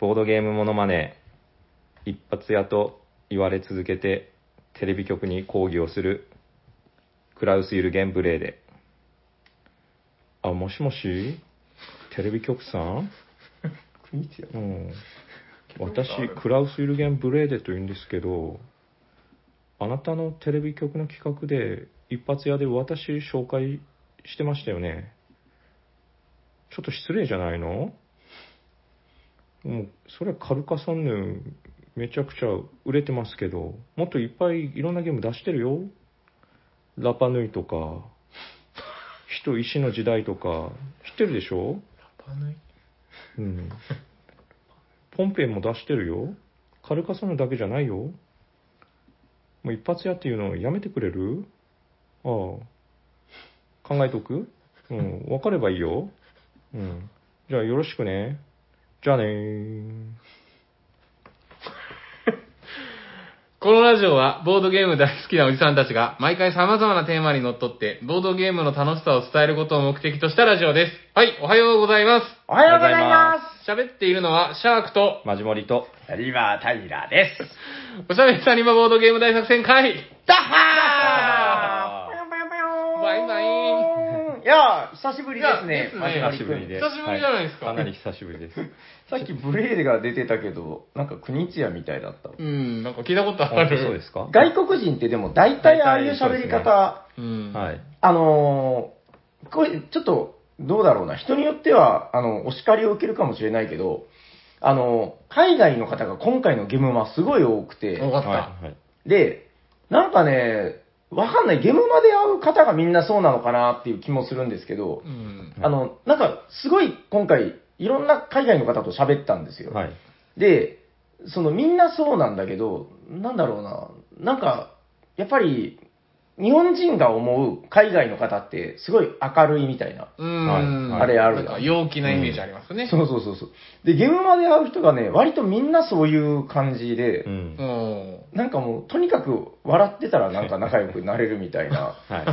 ボードゲームモノマネ、一発屋と言われ続けて、テレビ局に抗議をする、クラウス・ユルゲン・ブレーデ。あ、もしもしテレビ局さん国一やうな。ん。局私がある、クラウス・ユルゲン・ブレーデと言うんですけど、あなたのテレビ局の企画で、一発屋で私紹介してましたよね。ちょっと失礼じゃないのもう、それはカルカソンヌ、めちゃくちゃ売れてますけど、もっといっぱいいろんなゲーム出してるよ。ラパヌイとか、人石の時代とか、知ってるでしょラパヌイうん。ポンペイも出してるよ。カルカソンヌだけじゃないよ。もう一発屋っていうのやめてくれるああ。考えとくうん。わかればいいよ。うん。じゃあよろしくね。じゃあねー。このラジオはボードゲーム大好きなおじさんたちが毎回様々なテーマにのっとってボードゲームの楽しさを伝えることを目的としたラジオです。はい、おはようございます。おはようございま喋っているのはシャークとマジモリと。す。リバー・タイラーです。おしゃべりサニバボードゲーム大作戦会ダ ッハハーーバイバイいやー、久しぶりですいやね。ですねマジ久マしジぶ君りで。久しぶりじゃないですかはかなり久しぶりです。さっきブレーデが出てたけど、なんか国一屋みたいだった。うん、なんか聞いたこと あ本当る。そうですか外国人ってでも大体ああいう喋り大体そうです方、うん。はい。あのー、これ、ちょっと、どうだろうな。人によっては、あの、お叱りを受けるかもしれないけど、あの、海外の方が今回のゲームはすごい多くて、多かった。はい。はいで、なんかね、わかんない、ゲームまで会う方がみんなそうなのかなっていう気もするんですけどう、ん。はいあの、なんか、すごい今回、いろんな海外の方と喋ったんですよ。はい。で、そのみんなそうなんだけど、なんだろうな、なんか、やっぱり、日本人が思う海外の方って、すごい明るいみたいな。うん、はいあれあるななんか陽気なイメージありますね。そうそうそうそう。で、ゲームまで会う人がね、割とみんなそういう感じでう、んう。ん。なんかもう、とにかく笑ってたらなんか仲良くなれるみたいな。はい。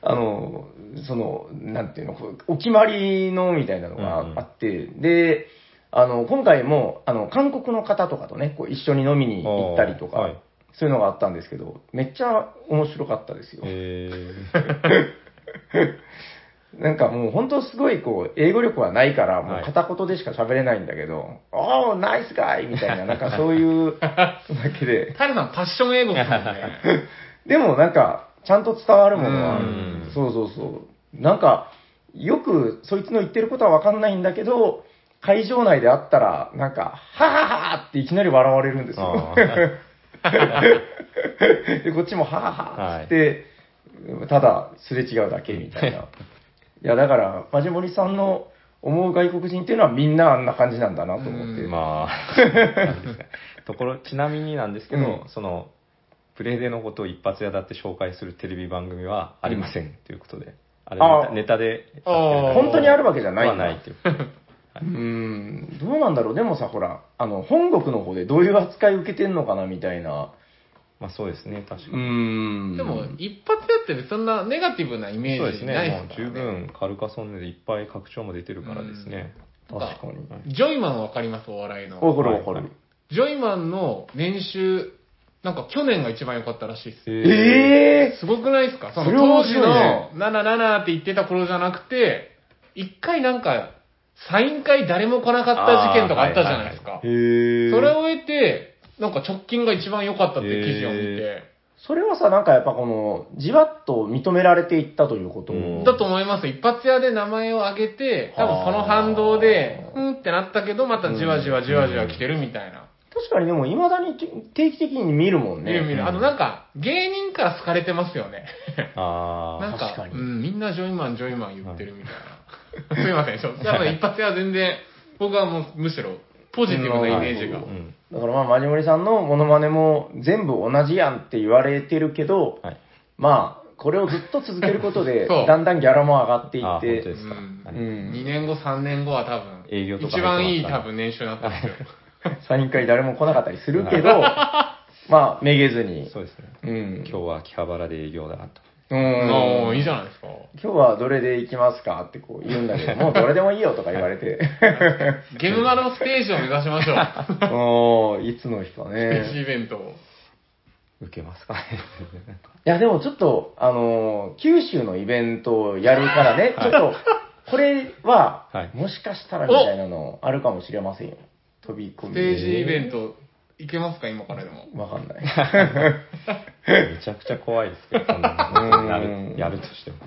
あの、その、なんていうの、こうお決まりのみたいなのがあって、で、あの、今回も、あの、韓国の方とかとね、こう一緒に飲みに行ったりとか、あーはいそういうのがあったんですけど、めっちゃ面白かったですよ。えー。なんかもう本当すごいこう、英語力はないから、もはうい片言でしか喋れないんだけど、おー、ナイスガイみたいな、なんかそ ういうだけで、タイラさん、パッション英語ですもんね。でもなんか、ちゃんと伝わるものはあるうんそうそうそう。なんか、よくそいつの言ってることはわかんないんだけど、会場内であったら、なんか、ははははっていきなり笑われるんですよあ。ー で、こっちもはははっつって、ただすれ違うだけみたいな。いや、だから、マジモリさんの思う外国人っていうのはみんなあんな感じなんだなと思って。うんま あ、なんですかところ、ちなみになんですけど、うんその、プレイデのことを一発屋だって紹介するテレビ番組はありませんということで、あれネあタネタでやってるだけあー本当にあるわけじゃないはんだないっていう。はうーん、どうなんだろう。でもさ、ほら、あの、本国の方でどういう扱い受けてんのかな、みたいな。まあそうですね、確かうに。ーん。でも、一発やってそんなネガティブなイメそうーでジすないね、でもうすか十らね。分カルカソンヌでいっぱい拡張も出てるからですね。確かに。ジョイマンわかりますお笑いの。わかるわかはいはるい。ジョイマンの年収、なんか去年が一番良かったらしいです。えええすごくないですかそのそれは当面時白いねの77って言ってた頃じゃなくて、一回なんか、サイン会誰も来なかった事件とかあったじゃないですか。あーはいはいはいへへそれを得て、なんか直近が一番良かったっていう記事を見て、それはさ、なんかやっぱこの、じわっと認められていったということうんだと思います。一発屋で名前を挙げて、多分その反動で、あうーんってなったけど、またじわじわじわじわ来てるみたいな。確かにでも、未だに定期的に見るもん見る見ね。る。あとなんか、芸人から好かれてますよね。ー、あなんか確かにうん、みんなジョイマン、ジョイマン言ってるみたいな。すいませ ん、ちょっと。やっぱ一発屋は全然、僕はもうむしろ、ポジティブなイメージがー、う。ん。だからまあ、マジモリさんのモノマネも全部同じやんって言われてるけど、はい。まあ、これをずっと続けることで、 そうだんだんギャラも上がっていあー、本当っでて、すか。うんはいうん2年後、3年後は多分、営業とか一番いい入ってます多から分年収になったんですよ。サイン会誰も来なかったりす るけど、まあ、めげずに、そうですね。うん今日は秋葉原で営業だなと。ううああ、いいじゃん。ないですか。今日はどれで行きますかってこう言うんだけ ど、もうどれでもいいよとか言われて。ゲムマのステージを目指しまし ょう。おーいつの日かス テージイね。ベントを。受けますかね。いや、でもちょっと、あのー九州のイベントをやるからね、ちょっと、これは、はいもしかしたらみたいなのあるかもしれませんよ。飛び込スみテで。ージイベント、いけますか今からでも。わかんない。めちゃくちゃ怖いですけど、そんな のやうるんやるとしても。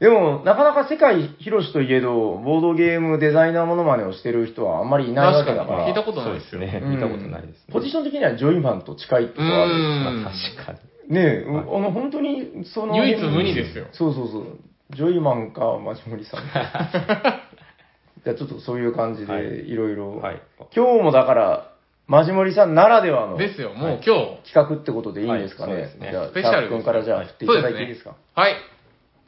でも、なかなか世界広しといえど、ボードゲームデザイナーものまねをしてる人はあんまりいないわけだか確ら。かに聞いたことないですそようね。うん見たことないですね。ポジション的にはジョイマンと近いとこうろある。んまあ。確かに。ねえ、うあの、本当に、その。唯一無二ですよ。そうそうそう。ジョイマンか、マジモリさん か。じゃあちょっとそういう感じはで、いいろいろ。はい。今日もだから、マジモリさんならではのです企よ、もう今日。画ってことでいいんですかね。はいそうですねじゃあ、スペシャルです君からじゃあ振っていただいていいですか。はい。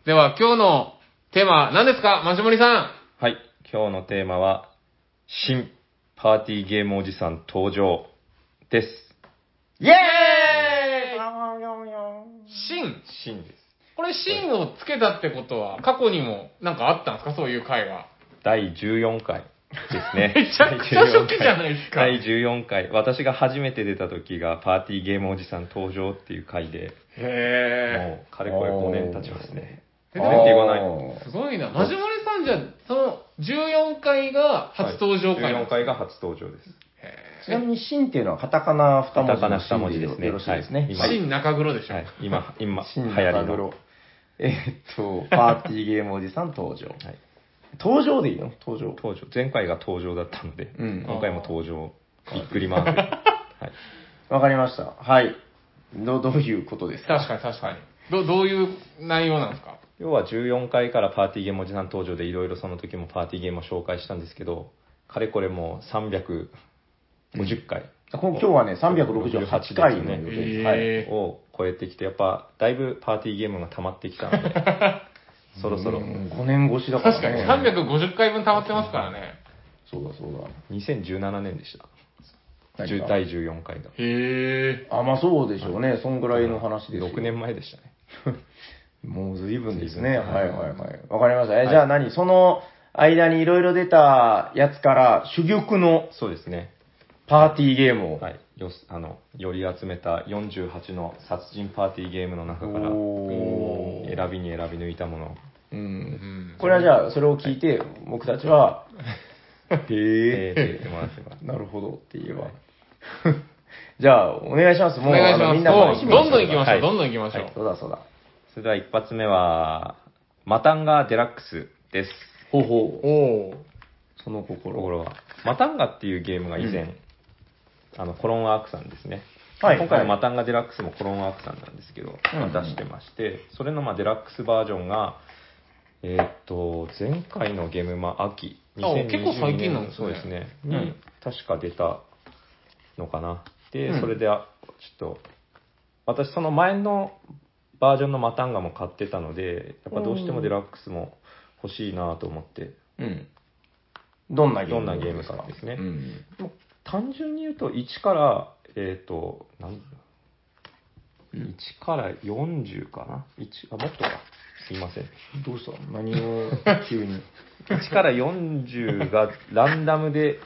では、今日のテーマ、何ですかマシモリさはい。今日のテーマは、新パーティーゲームおじさん登場です。イイエエん。ーシン。新です。これ、シンをつけたってことは、過去にもなんかあったんですかそういう回が。。第14回です ねめちゃくちゃ初期じゃないですか第14回。私が初めて出た時が、パーティーゲームおじさん登場っていう回で、へもう、かれこれ5年経ちますね。え出ーて言わない。いすごいな。マジモリさんじゃ、その14回が初登場回はいな14んですか回が初登場です。ちなみに、シンっていうのはカタカナ二文字のシンでよろしいですね。カタカナ二文字ですねシン中黒でしょ。はい、今、今、シ流ン行中りの黒。。えーっと、パーティーゲームおじさん登場。はい登場でいいの登場。登場。前回が登場だったので、うん今回も登場。びっくりマー ク。はい。わかりました。はい。どどういうことですか確かに確かに。どどういう内容なんですか要は14回からパーティーゲームおじさん登場でいろいろその時もパーティーゲームを紹介したんですけど、かれこれもう350回、こ今日はね、368回のうん予定です。へはいえを超えてきて、やっぱだいぶパーティーゲームが溜まってきたの で、そろそろ5年越しだから、確かに350回分溜まってますからね。そうだそうだ。 2017年でした。何が10第14回が。へえ。あ、まあそうでしょうね。そんぐらいの話ですよ。 6年前でしたね。 もう随分で すね。随分はいはいはい。わかりました。え、はいじゃあ何その間にいろいろ出たやつから、珠玉のそうですね。パーティーゲームを。はい。よすあの、より集めた48の殺人パーティーゲームの中から、おー選びに選び抜いたものをう。うんん。これはじゃあ、それを聞いて、僕たちは、えーって言ってもらえば。なるほどって言えば。 じゃあ、お願いします。もおう、願いしあまのす。みんなもうどんどん行きましょはう、いどんどん行きましょはい、そうだそうだ。それでは一発目は、マタンガデラックスです。ほうほう。おお。う。その心ところは。マタンガっていうゲームが以前、うんあの、コロンワークさんですね。はい今回はのいマタンガデラックスもコロンワークさんなんですけど、うんうんまあ出してまして、それのまあデラックスバージョンが、えーっと、前回のゲーム、まあ、秋、あ結構最近なんですねそうですね。うんに、確か出たのかな。で、うんそれで、あちょっと、私、その前のバージョンのマタンガも買ってたので、やっぱどうしてもデラックスも欲しいなと思って、うん。どんなゲームどんなゲームかですねうん。単純に言うと1からえっ、と何うん1から40かな1あもっとかすいませんどうした何を急に。 1から40がランダムで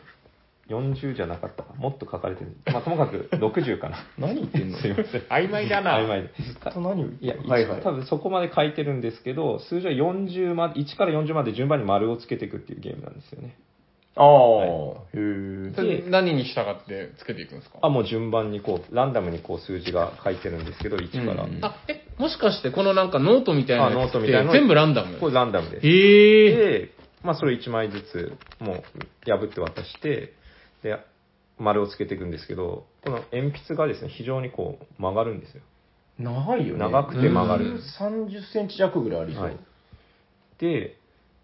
40じゃなかったかもっと書かれてるまあともかく60かな何言ってんのすいません曖昧だな。曖昧でずっと何を言っていや、んのはいはい。多分そこまで書いてるんですけど数字は40まで1から40まで順番に丸をつけていくっていうゲームなんですよねああ、はいへえ。それ何に従ってつけていくんですかあもう順番にこうランダムにこう数字が書いてるんですけど1から、うんあ、え、もしかしてこのなんかノートみたいなやつってあノートみたいなの全部ランダムこれランダムですへえ。で、まあ、それ1枚ずつ、もう、破って渡して、で、丸をつけていくんですけど、この鉛筆がですね、非常にこう、曲がるんですよ。長いよね。長くて曲がるうん30センチ弱ぐらいありそう。はい。で、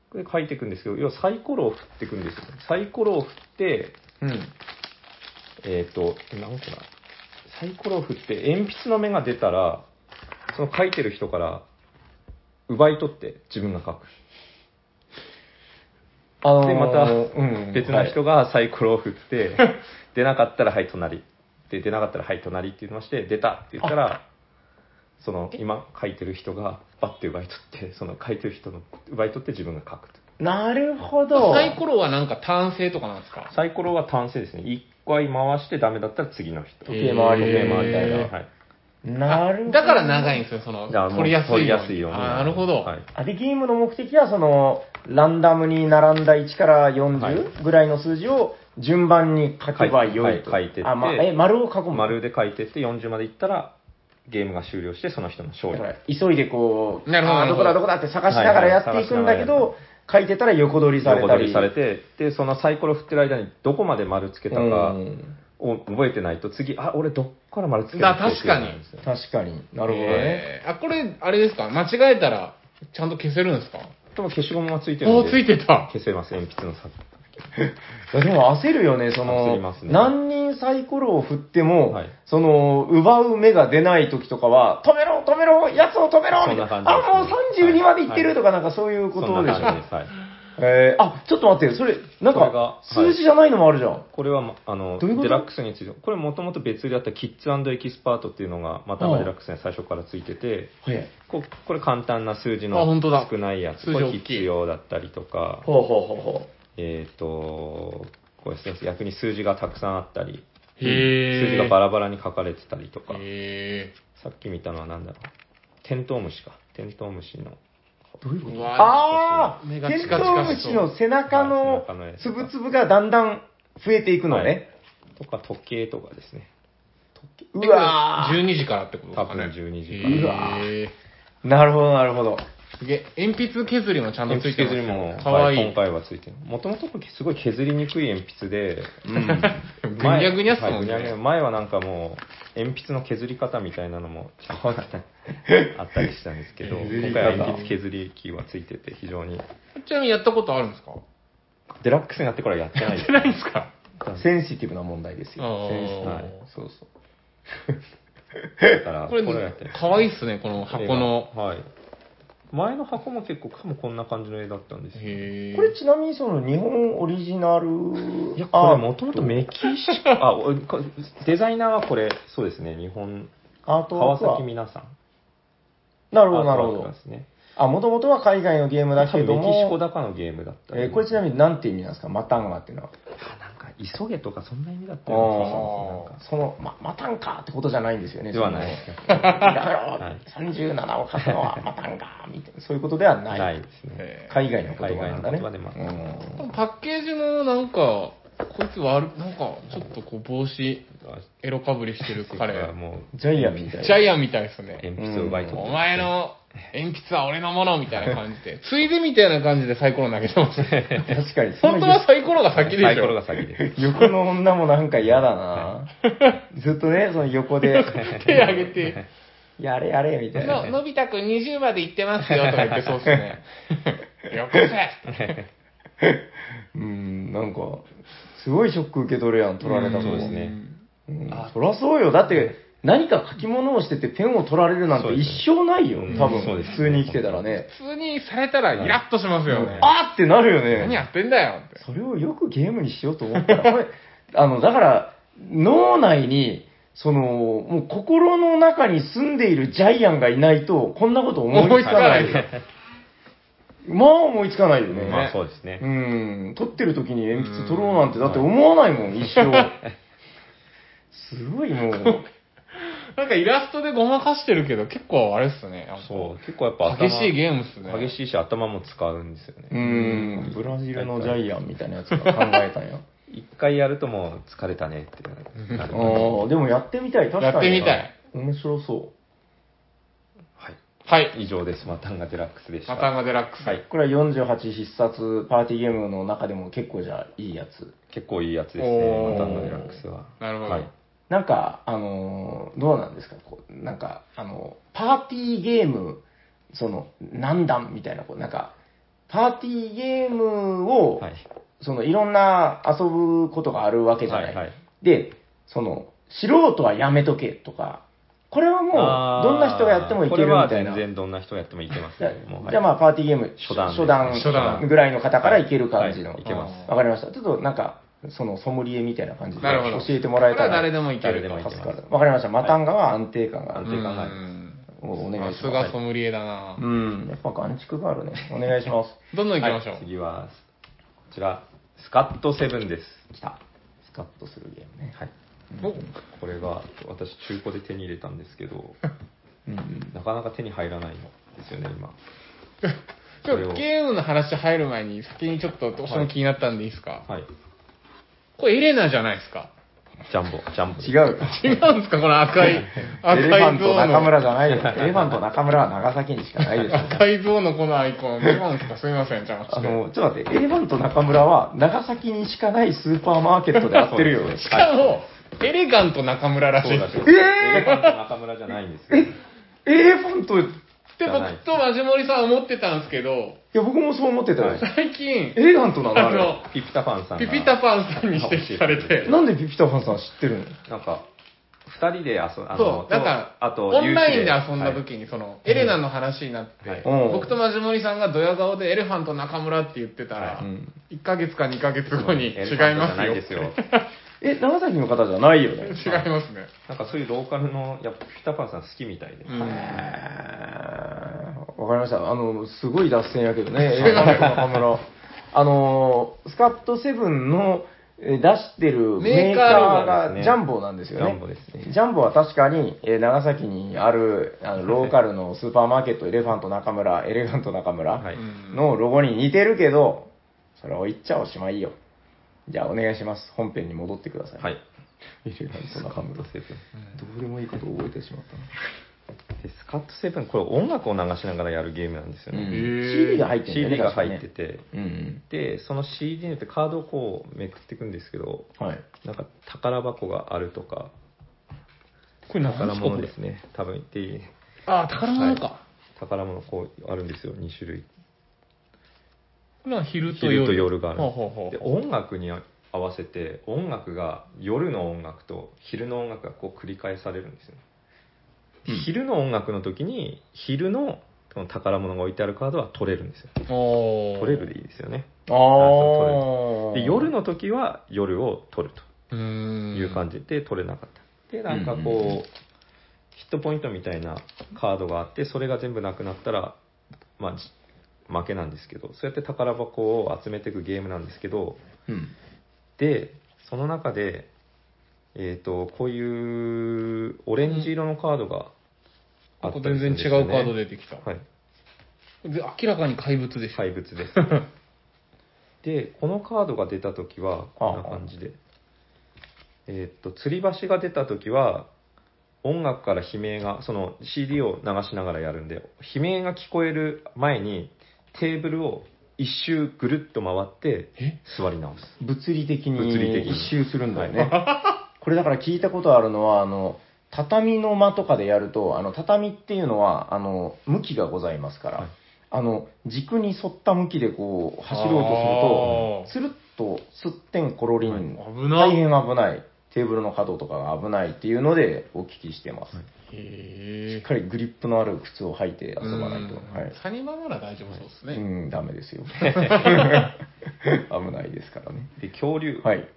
これ書いていくんですけど、要はサイコロを振っていくんですよ。サイコロを振って、うん。えっ、と、何個だサイコロを振って、鉛筆の目が出たら、その書いてる人から、奪い取って自分が書く。あのーで、またうん、別な人はがサイコロを振って、 出なかったらはい、隣。で、出なかったらはい、隣って言いまして、出たって言ったら、その今書いてる人がバッて奪い取って その書いてる人の奪い取って自分が書くとなるほど。サイコロはなんか単性とかなんですかサイコロは単性ですね一回回してダメだったら次の人時計回り時計回りみたいな、へーはい、なるほど。だから長いんですよ、その、じゃあもう取りやすいよう取に。りやすいようにあーなるほど。はい、あで、ゲームの目的は、その、ランダムに並んだ1からはい40ぐらいの数字を順番に書けばよいと。はいはい書いてってあ、ま、え、丸を囲む。丸で書いてって40までいったらゲームが終了してその人の勝だ利から急いでこう、なるほどなあるどほこどだどこだって探しながらやっていくんだけど、書いてたら横取りされ横た取り。りされてでそのサイコロ振ってる間にどこまで丸つけたうかんを覚えてないと次あ俺どっから丸つけただ確かにっていうのがあるんですよ確かに。なるほどね。えーあ、これ、あれですか間違えたら、ちゃんと消せるんですかでも消しゴムがついてるおんーでついてた。消せます鉛筆の先いやでも焦るよね、そ焦の、りますね何人サイコロを振っても、はいその、奪う目が出ない時とかは、止めろ、止めろ、やつを止めろそみんたない感な。じですねあ、もう32までいってるとか、なんかそういうこそとんでなしょ。感じですはいえー、あ、ちょっと待って、それ、なんそれがはか、い数字じゃないのもあるじゃん。これはま、あの、どういうこデとラックスについて、これもともと別売りだったキッズエキスパートっていうのが、またああデラックスに最初からついてて、はい。ここれ簡単な数字あの本当だ少ないやつ、数字これ大きいキッズ用だったりとか、ほうほうほうほえっ、と、こうですね、逆に数字がたくさんあったり、へ数ー字がバラバラに書かれてたりとか、えさっき見たのはなんだろう、テントウムシか、テントウムシの、う。どういうこうとわあ目ー、がチテカチンカしトそうウムシの背中はいの背中のやつつぶつぶがだんだん増えていくのね。とか時計とかですね。ー。うわー。 12時からってことですかね。多分12時からうわーなるほど、なるほど。すげえ。鉛筆削りもちゃんとつ鉛いて筆ます削よ。りも、かわいはい今。回はついてる。もともとすごい削りにくい鉛筆で、うん。ぐにゃぐにゃっすもんはいぐにゃぐにゃね。前はなんかもう、鉛筆の削り方みたいなのもあ ったりしたんですけど、削り今方回は鉛筆削り機はついてて、非常に。ちなみにやったことあるんですかデラックスになってからやって ないです。ないんですかセンシティブな問題ですあよ。ーセンシティブ。はいそうそう。だから、ここれれをやって、かわいいっすね、この箱の。はい。前の箱も結構、かもこんな感じの絵だったんですよ。へえ。これちなみにその日本オリジナルいや、こアれーもともとメキシコ、あ、おこデザイナーはこれ、そうですね、日本、アート川ワークは崎みなさん。なるほど、なるほアートワーどクで。すね。あ、もともとは海外のゲームだ多け分どメキシコも、だかのゲームだったりえーこれちなみに何て意味なんですかマタンガっていうのは。あなんか急げとかそんな意味だったあよあ、その、ま、マタンカってことじゃないんですよね。ではないそのやはいめろ、37を勝つのはマタンカみたいな、そういうことではうなない。気がしますないですね。へー海外の言葉なんだね。海外の言葉でマうんパッケージもなんか、こいつ悪い、なんか、ちょっとこう帽子、エロかぶりしてる 彼。だからもうジャイアンみたいな。ジャイアンみたいですね。鉛筆を奪い取って、お前の鉛筆は俺のものみたいな感じで。ついでみたいな感じでサイコロ投げてますね。確かに。そ本の当はサイコロが先でしょ。サイコロが先です。横の女もなんか嫌だなずっとね、その横で、 手挙げて、やれやれみたいな。ののび太くん20まで行ってますよとか言ってそうっすね。よこせ うん、なんか、すごいショック受け取るやん、取られたそうのですねうんそりゃそうよ。だって、何か書き物をしててペンを取られるなんそてうで一すね生ないよ。うん多分、そうです普通に生きてたらね。普通にされたらイラッとしますよね。あーってなるよね。何やってんだよって。それをよくゲームにしようと思ったら、これ、 あの、だから、脳内に、その、もう心の中に住んでいるジャイアンがいないと、こんなこと思いつかない。思いつかないまあ思いつかないよね。まあそうですね。うん、撮ってる時に鉛筆取ろうなんて、だって思わないもん、一生。すごいもう、なんかイラストでごまかしてるけど、結構あれっすね。なんかそう、結構やっぱ頭激しいゲームっすね。激しいし頭も使うんですよね。うん、ブラジルのジャイアンみたいなやつが考えたんや。一回やるともう疲れたねってなある。ーでもやってみたい、確かに。やってみたい。面白そはい。はい。以上です。マタンガデラックスでした。マタンガデラックス。はい。う。これは48必殺パーティーゲームの中でも結構じゃあいいやつ。結構いいやつですねお、ーマタンガデラックスは。なるほどはい。なんか、あのーどうなんですかこうなんか、あのパーティーゲーム、その、何段みたいな、こう、なんか、パーティーゲームを、はい。その、いろんな遊ぶことがあるわけじゃない。はいはいで、その、素人はやめとけとか、これはもう、あーどんな人がやってもいけるみたいな。これは全然どんな人がやってもいけますじゃね。もうはあいじゃあまあ、パーティーゲーム、初段です初段初段ぐらいの方からいける感じはいの。わいけます。かりました。ちょっとなんか、そのソムリエみたいな感じでなるほど教えてもらえたらこれは誰でもいけ誰るでもいけ助ますかる。わかりました。マタンガは安定感があ安る。定感があうる。んおお願いしさすまがす。ソムリエだなうん、やっぱ眼畜があるね。お願いします。どんどん行きましょう。はい次は、こちら、スカットセブンです。来た。スカッとするゲームね。はい。おこれが、私、中古で手に入れたんですけど、うんうん。なかなか手に入らないんですよね、今。ちょっとゲームの話入る前に先にちょっとどうしても気になったんでいいですか、はい。これエレナじゃないですかジャンボ、ジャンボ。違。う。違うんですかこの赤い、 エレファ赤いン像ト中の。村じゃないよ。エレファント中村は長崎にしかないですよ。赤い像のこのアイコン。違うんですかすみません、邪魔して。 あの、ちょっと待って、エレファント中村は長崎にしかないスーパーマーケットでやってるよ。しかも、エレガント中村らしそういだっし、すよ。エレファント中村じゃないんですよ。 エレファント、いって僕とマジモリさん思ってたんですけど、や、僕もそう思ってたよ。最近 エ、レファントなのあれあピピタパンさんの、がピピタパンさんに指摘されて、なんでピピタパンさん知ってるのなんか、二人で遊んあそう、なんか、あと、オンラインで有志遊んだ時に、その、エレナの話になって、はいうん僕とマジモリさんがドヤ顔でエレファント中村って言ってたら、はいうん1ヶ月か2ヶ月後に、エレ違ファントいじまゃすないよ。ですよ。え、長崎の方じゃないよ 違ね。いますね。なんかそういうローカルの、やっぱピピタパンさん好きみたいで。うんえーわかりました。あの、すごい脱線やけどね、エレファント中 村。あの、スカットセブンのえー出してるメメーーカカーなんーがですねジャンボなんですよね。ジャンボですねジャンボは確かに、えー長崎にあるあのローカルのスーパーマーケット、エレファント中村、エレガント中村はいうんのロゴに似てるけど、それを言っちゃおしまいよ。じゃあお願いします。本編に戻ってください。。はいい。エレガント中村。どセブン。うでもいいこと覚えてしまったな。でスカットセブン、これ音楽を流しながらやるゲームなんですようんね。ー CD が入ってるんだよね。 CD が確かね入ってて、うんで、その CD によってカードをこうめくっていくんですけど、うん。はい。なんか宝箱があるとか、これ宝何物これですね。多分言って、あー、宝物か。は宝物こうあるんですよ、2種類。これは昼と夜。昼と夜があるほうほうほうで音楽に合わせて音楽が夜の音楽と昼の音楽がこう繰り返されるんですよ、ねうん昼の音楽の時に昼のこの宝物が置いてあるカードは取れるんですよおー取れるでいいですよねあそあ。で夜の時は夜を取るうとーん。いう感じで取れなかったでなんかこう、うんうんうんヒットポイントみたいなカードがあってそれが全部なくなったらまあじ負けなんですけどそうやって宝箱を集めていくゲームなんですけどうん。でその中で、えー、とこういうオレンジ色のカードがあこったこり全する然んですよ違うねカード出てきた。はい、で明らかに怪物でしょ。怪物ですでこのカードが出た時はこんな感じでえー、と吊り橋が出た時は音楽から悲鳴がその CD を流しながらやるんで悲鳴が聞こえる前にテーブルを一周ぐるっと回ってえ座り直す物理的に物理的に一周するんだよね。 これだから聞いたことあるのは、あの、畳の間とかでやると、あの、畳っていうのは、あの、向きがございますから、はいあの、軸に沿った向きでこう、走ろうとすると、つるっと、すってんころりん、危な大い。変危ない。テーブルの角とかが危ないっていうので、お聞きしてます。はいしっへかりグリップのある靴を履いて遊ーばないと。うんはい。サニマなら大丈夫そうですね。うん、ダメです よ。危ないですからね。で恐竜、はい。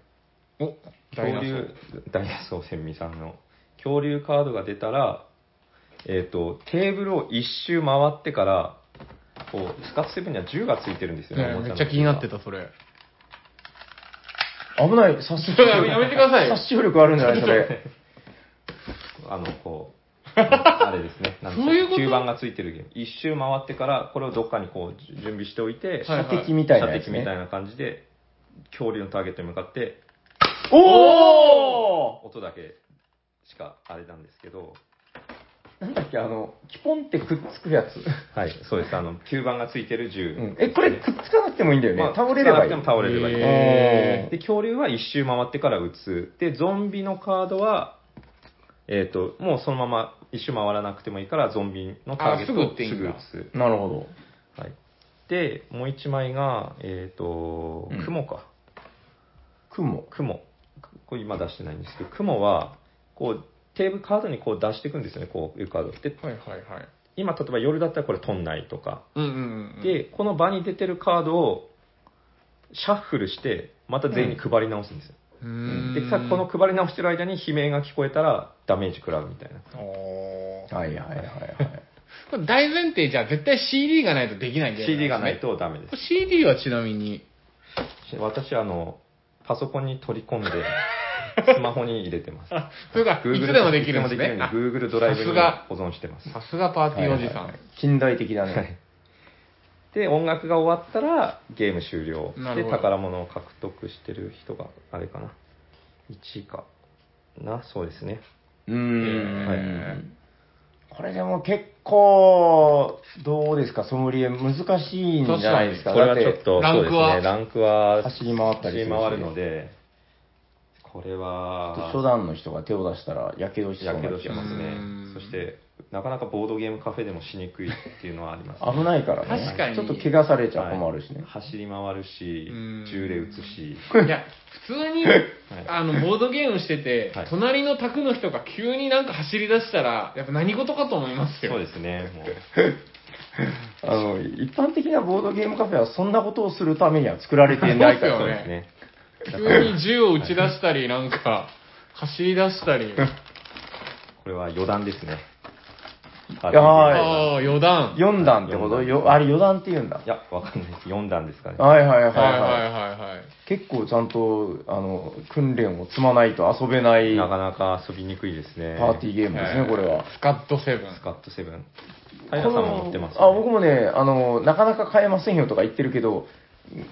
お、恐竜、ダイナソー千美さんの恐竜カードが出たら、えっ、と、テーブルを一周回ってから、こう、スカッツセブンには銃がついてるんですよね、おもちねめゃっのちゃ気になってた、それ。 危ない、殺傷や力。めやめてくださいよ殺傷力あるんじゃないそれ。あの、こ う、あれですね、なんそういうこと吸盤がついてるゲーム。一周回ってから、これをどっかにこう、準備しておいて、はい射的みたいな射やつ、的ね。みたいな感じで、恐竜のターゲットに向かって、おー音だけしかあれなんですけど、なんだっけ、あの、キポンってくっつくやつ。はい、そうです。あの、吸盤がついてる銃。うん、え、これくっつかなくてもいいんだよね。まあ倒れればいい。つかなくても 倒れればいい。へで、恐竜は一周回ってから撃つ。で、ゾンビのカードは、えっ、と、もうそのまま一周回らなくてもいいから、ゾンビのターゲットあすぐ撃をっていいすんぐ撃だつ。なるほはい。で、もう一枚が、えっ、とうん、雲か。ど。雲。雲。これ今出してないんですけど、雲は、こう、テーブルカードにこう出していくんですよね、こういうカード。で、はいはいはい。今例えば夜だったらこれ飛んないとか。うんうんうん。、で、この場に出てるカードをシャッフルして、また全員に配り直すんですよ。うーんで、さこの配り直してる間に悲鳴が聞こえたらダメージ食らうみたいな。おーはいはいはいはい。これ大前提じゃあ絶対 CD がないとできないんだよ CD がないとダメです。 CD はちなみに、し私、あの、パソコンに取り込んで、スマホに入れてます。というか、い Google つでもできるんですいつね。でもできるように Google ドライブに保存してますあ。さすがパーティーおじさはいはいはんい。近代的だね。はいで、音楽が終わったらゲーム終了な。るで、ほど宝物を獲得してる人が、あれかな。1位かな、そうですね。うーん、はこれでも結構、どうですか、ソムリエ難しいんじゃないですか。これはちょっと、ランそうクですはね。ランクは走り回ったりするし走回るので、これだはって、初段の人が手を出したら、やけどしそうやなけ気がどしますうねん。そして、なかなかボードゲームカフェでもしにくいっていうのはあります、危ないからね。確かにちょっと怪我されちゃ困るしね。走り回るしうん、銃で撃つし、いや、普通に、あの、ボードゲームしてて、はい隣の宅の人が急になんか走り出したら、やっぱ何事かと思いますよ。そうですね、もう。あの、一般的なボードゲームカフェはそんなことをするためには作られてないかそらうそうでですすねね。急に銃を撃ち出したり、なんか、走り出したり。これは余談ですね。いやはああ、余談。 4段ってこと四段よあれ4段って言うんだい。や、わかんないです。4段ですかね。はいはいはいはいははいはいはい。い。結構ちゃんと、あの、訓練を積まないと遊べないなパかなか遊びにくいですね。ーティーゲームですえね、ーこれは。スカッドセブンス。カットセブン。平さんも持ってます、このあ、僕もね、あの、なかなか買えませんよとか言ってるけど、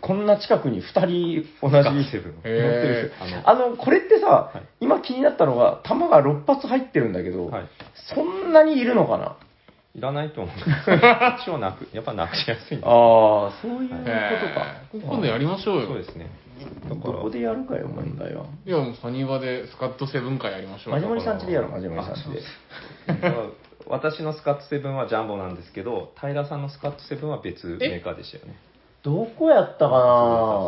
こんな近くに2人ス同じカットセブン乗ってるへーあの、これってさ、はい今気になったのが、弾が6発入ってるんだけど、はい。そんなにいるのかないらないと 思う。一応なく、やっぱなくしやすいんでああ、そういうことへかー。今度やりましょうそうよ。ですね。どこでやるかよ、問題は。いや、もうサニバでスカッドセブン会やりましょマうジよ。モリさんちでやろう、マジモリさんちで。私のスカットセブンはジャンボなんですけど、平さんのスカットセブンは別メーカーでしたよね。どこやったかな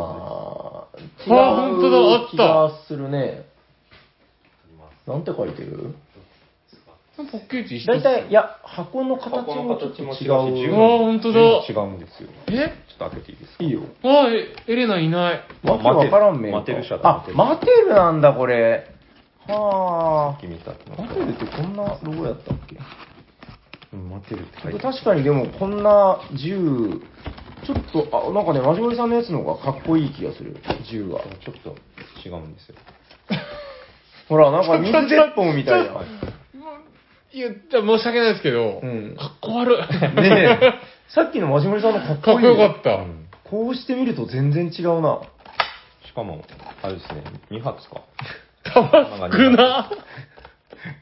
あ違う本当だあった気がするね。ありますなんて書いてるポッケーチ一緒っ大すよ体、いや、箱の形箱ものちょっと形も違うし違十うう分。わ本当だ十分違うんですよ。えちょっと開けていいですかいいよ。ああ、えエレナいない。まわけわからんメーカーマテル社だあ、マテルなんだ、これ。はさっき見たってあ。マテルってこんなロゴやったっけ、うんマテルって書いてある確かにでも、こんな銃、ちょっと、あ、なんかね、マジモリさんのやつの方がかっこいい気がする、銃が。ちょっと違うんですよ。ほら、 なんか水鉄砲みたいな。いや、じゃあ申し訳ないですけど、うんかっこ悪い。か ねえ、さっきのマジモリさんのかっこいいっこよかった。うんこうしてみると全然違うな。しかも、あれですね、2発か。玉少な。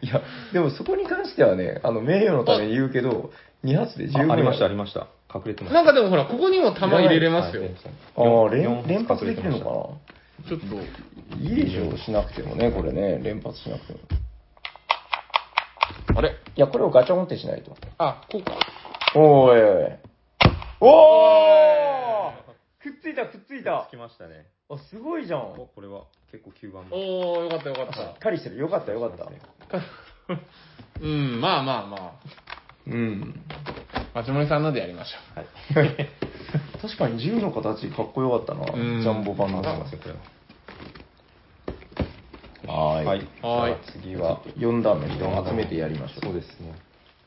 いや、でもそこに関してはね、あの、名誉のために言うけど、2発で十分あありました、ありました。隠れてました。なんかでもほら、ここにも玉入れれますよ。ああ、四連発連発隠でれてきるましたのかちょっと、ないいでしょう、しなくてもね、これね、連発しなくても。あれいや、これをガチャンってしないと。あ、こうか。おーいおいおーくっついた、くっついたつ。きましたね。あ、すごいじゃん。おこれは結構吸盤も。おー、よかったよかっ。しったかりしてる。よかった、よかった。うん、まあまあまうん。あ。町森さんのでやりましょはい。確かに銃の形かっこよかったな。ジうんャンボ版の。まだはますよ、これは。ーい。はい。はいじゃあ次は、 4段の人を集めてやりましょそうう。ですね。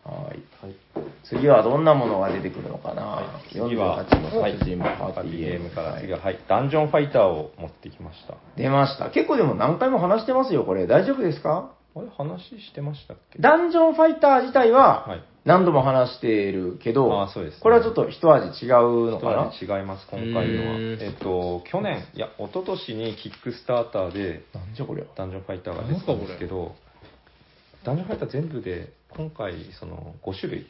はーい。はい。次はどんなものが出てくるのかなはい、次は、 48の殺人はいパーテパーティィーーゲゲーームムかからら、次は、はい。ダンジョンファイターを持ってきました。出ました。結構でも何回も話してますよ、これ。大丈夫ですかあれ、話してましたっけダンジョンファイター自体は。はい何度も話しているけど、あーそうですねこれはちょっと一味違うのとかなは違います、今回のはへー。えっと、去年、いや、一昨年にキックスターターで、なんじゃこりゃ。ダンジョンファイターが出てたんですけど、ダンジョンファイター全部で、今回、その、5種類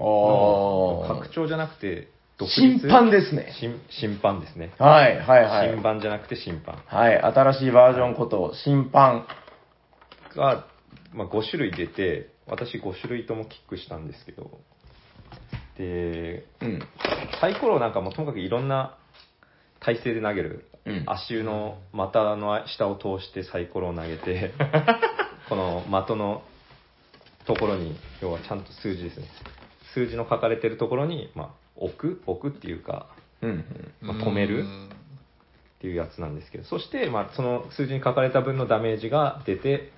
のあ拡張じゃなくて、あ。独審立判ですね。審審判ですね。はい、はい、は審い。判じゃなくて審判はい、新しいバージョンこと、審判。が、まあ、5種類出て、私5種類ともキックしたんですけど、で、うん。サイコロなんかもともかくいろんな体勢で投げるうん。足湯の股の下を通してサイコロを投げて、この的のところに、要はちゃんと数字ですね。数字の書かれてるところに、まあ、置く、置くっていうか、うん。まあ止めるうんっっていうやつなんですけど、そして、まあ、その数字に書かれた分のダメージが出て、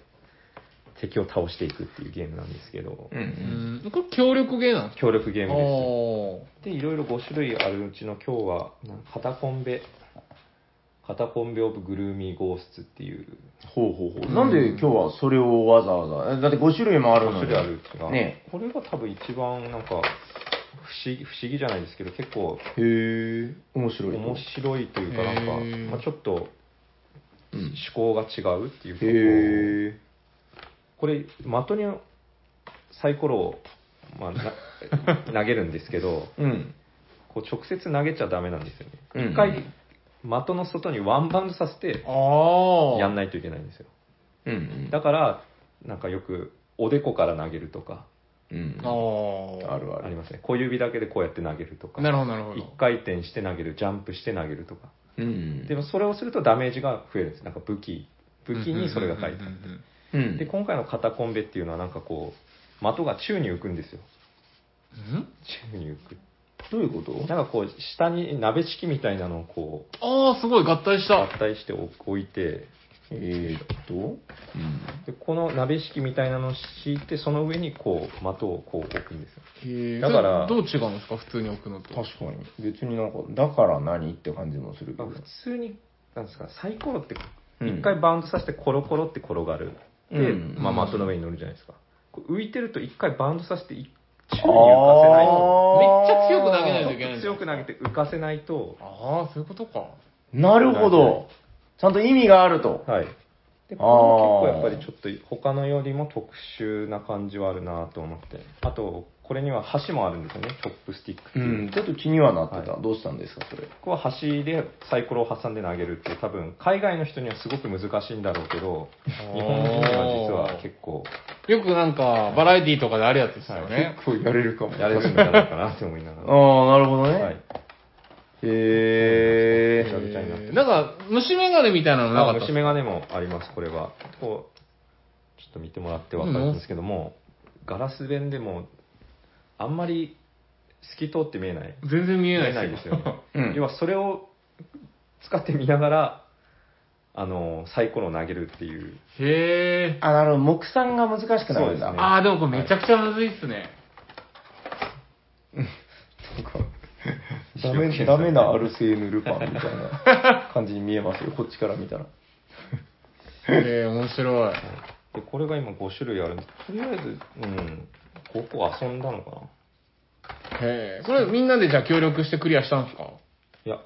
敵を倒していくっていうゲームなんですけど、うんうう。んん。これ協力ゲーなんですか協力ゲームです。おーで、いろいろ5種類あるうちの今日は、なんカタコンベ、カタコンベオブグルーミーゴースツっていう、ほうほうほう。なんで今日はそれをわざわざ、だって5種類もあるの5種に。類あるうちが、ねこれが多分一番なんか不思議、不思議じゃないですけど、結構へえ、面白い。面白いというか、なんへか、ーまあ、ちょっとうん思考が違うっていうことをへえ。これ、的にサイコロを、まあな、投 げるんですけど、うん。こう直接投げちゃダメなんですようね。ん一回、的の外にワンバウンドさせて、ああ。やんないといけないんですよ。うんうん。だから、なんかよく、おでこから投げるとか、うん。あーあるあありる。ますね。小指だけでこうやって投げるとか、なるほど、なるほど一。回転して投げる、ジャンプして投げるとか。うん。でも、それをするとダメージが増えるんです。なんか武器、武器にそれが書いてある。うん。で、今回の肩コンベっていうのはなんかこう、的が宙に浮くんですよ。うん宙に浮く。どういうことなんかこう、下に鍋敷きみたいなのをこう、ああ、すごい、合体した合。体して置いて、えーっと、うん。でこの鍋敷きみたいなのを敷いて、その上にこう、的をこう置くんですよ。へえ。だからどう違うんですか普通に置くのと。確かに。別になんか、だから何って感じもするけど。普通に、なんですか、サイコロって、うん一回バウンドさせてコロコロって転がる。で、うんまあ、的の上に乗るじゃないですか。こう浮いてると一回バウンドさせて、一宙に浮あーかせないと。めっちゃ強く投げないといけないんだ強く投げて浮かせないと、ああ、そういうことか。なるほど。ちゃんと意味があると。はい。で、あーこれも結構やっぱりちょっと他のよりも特殊な感じはあるなと思って。あと、これには箸もあるんですよね、チョップスティックってういう。ん、ちょっと気にはなってた。はどうしたんですか、それ。ここは箸でサイコロを挟んで投げるっていう多分海外の人にはすごく難しいんだろうけど日日本人には実は結構よくなんか、バラエティとかであるやつですよね。結構やれるかも。やれるんじゃないかなって思いながあら、あ、なるほどね。はい、へぐちゃぐちゃになってえーなんか、虫眼鏡みたいなのなかあったっ虫す眼鏡もありますこれはこうちょっと見てもらって分かるんですけども、ガラス弁でもあんまり透き通って見えない全然見見えないですよ、ねうん要はそれを使って見ながらあのサイコロを投げるっていうへえ。あ、なるほど。目算が難しくなるんだ。そうですねああ、でもこれめちゃくちゃまずいっすね。ダメ、ダメなアルセーヌ・ルパンみたいな感じに見えますよ、こっちから見たら。へえ、面白い。でこれが今5種類あるんですとりあえず、うん、5個遊んだのかなへえ。これみんなでじゃあ協力してクリアしたんですかいや、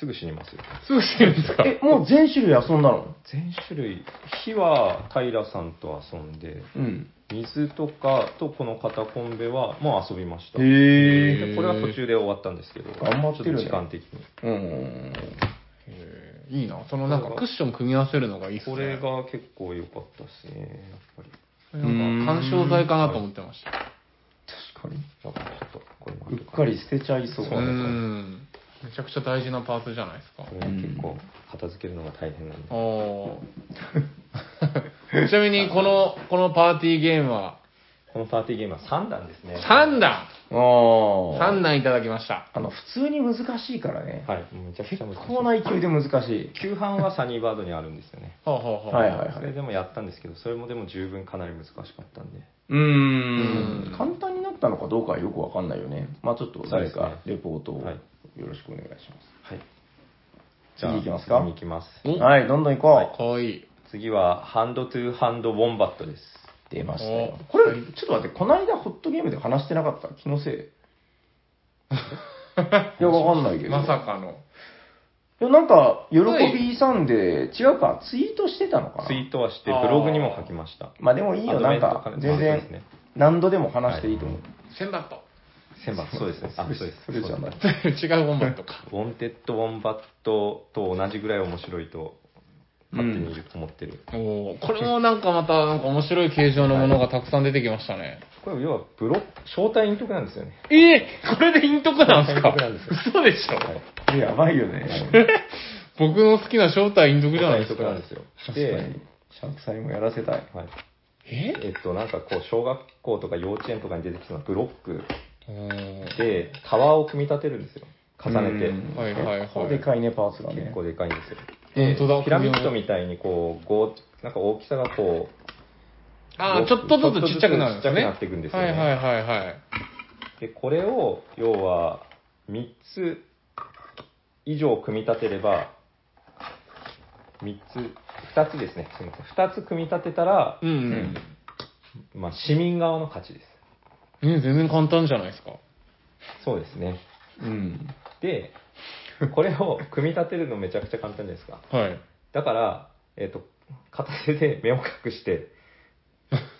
すぐ死にますよ。すぐしてるんですかえ、もう全種類遊んだの全種類、火は平さんと遊んで、うん。水とかとこの肩コンベはもう遊びました。へえ。でこれは途中で終わったんですけど、頑張ってちるねょっと時間的に。うん。へえいいな。そのなんかクッション組み合わせるのがいいっすね。これが結構良かったですね、やっぱり。なんか干渉剤かなと思ってました。確かに。だからちょっと、これもうっかり捨てちゃいそううだね。ん。めちゃくちゃ大事なパーツじゃないですか。これは結構片付けるのが大変なんで。おー ちなみに、この、このパーティーゲームは、このパーティーゲームは3段ですね。 3段ああ。 !3 段いただきました。あの、普通に難しいからね。はい、めちゃくちゃ難しい。こんな勢いで難しい。旧版はサニーバードにあるんですよね。ほうほうほう。はいはいそはれい。でもやったんですけど、それもでも十分かなり難しかったんで。うーうんん簡単になったのかどうかはよくわかんないよね。まあちょっと誰かレポートをはいよろしくお願いしはい。じゃあ次行きますか次行きます。ます。おはい、どんどん行こかわい い。次は、ハンドトゥーハンドウォンバットです。う。出ましたよお。これ、ちょっと待って、この間ホットゲームで話してなかった気のせい。いや、わかんないけど。まさかの。いや、なんか、喜びさんで、違うか、ツイートしてたのかなツイートはして、ブログにも書きました。まあでもいいアよ、ドなベんントかカレ、ンダー全です然ね、何度でも話していいと思う。センバット。千葉、そうですね。あ、そうです。それじゃない。 違うボンバットか。ウォンテッドウォンバットと同じぐらい面白いと、勝手に思ってる。 おおこれもなんかまた、なんか面白い形状のものがたくさん出てきましたね。これ、要は、ブロ、招待隠匿なんですよね。ええこれで陰徳なんですか陰徳なんですよ 嘘でしょ、えやばいよね。僕の好きな正体陰徳じゃないです招待隠匿かなん。ですよ。確かでに、、シャンプサイもやらせたい。はい。ええっと、なんかこう、小学校とか幼稚園とかに出てきたブロックおーで、タワーを組み立てるんですよ。重ねて。うんはいはいはい結構でかいね、パーツがね結。構でかいんですよ。で本当だピラミッドみたいにこう、こうなんか大きさがこう、ああ、ちょっとずつちっちゃくなるんですね。ちょっとずつちっちゃくなっていくんですよねはいはいはいはい。で、これを、要は、3つ以上組み立てれば、3つ、2つですね。すみません。2つ組み立てたら、うん、うんんまあ、市民側の勝ちです。ね、全然簡単じゃないですか。そうですね。うん。で、これを組み立てるのめちゃくちゃ簡単じゃないですか。はい。だから、えっ、と、片手で目を隠して、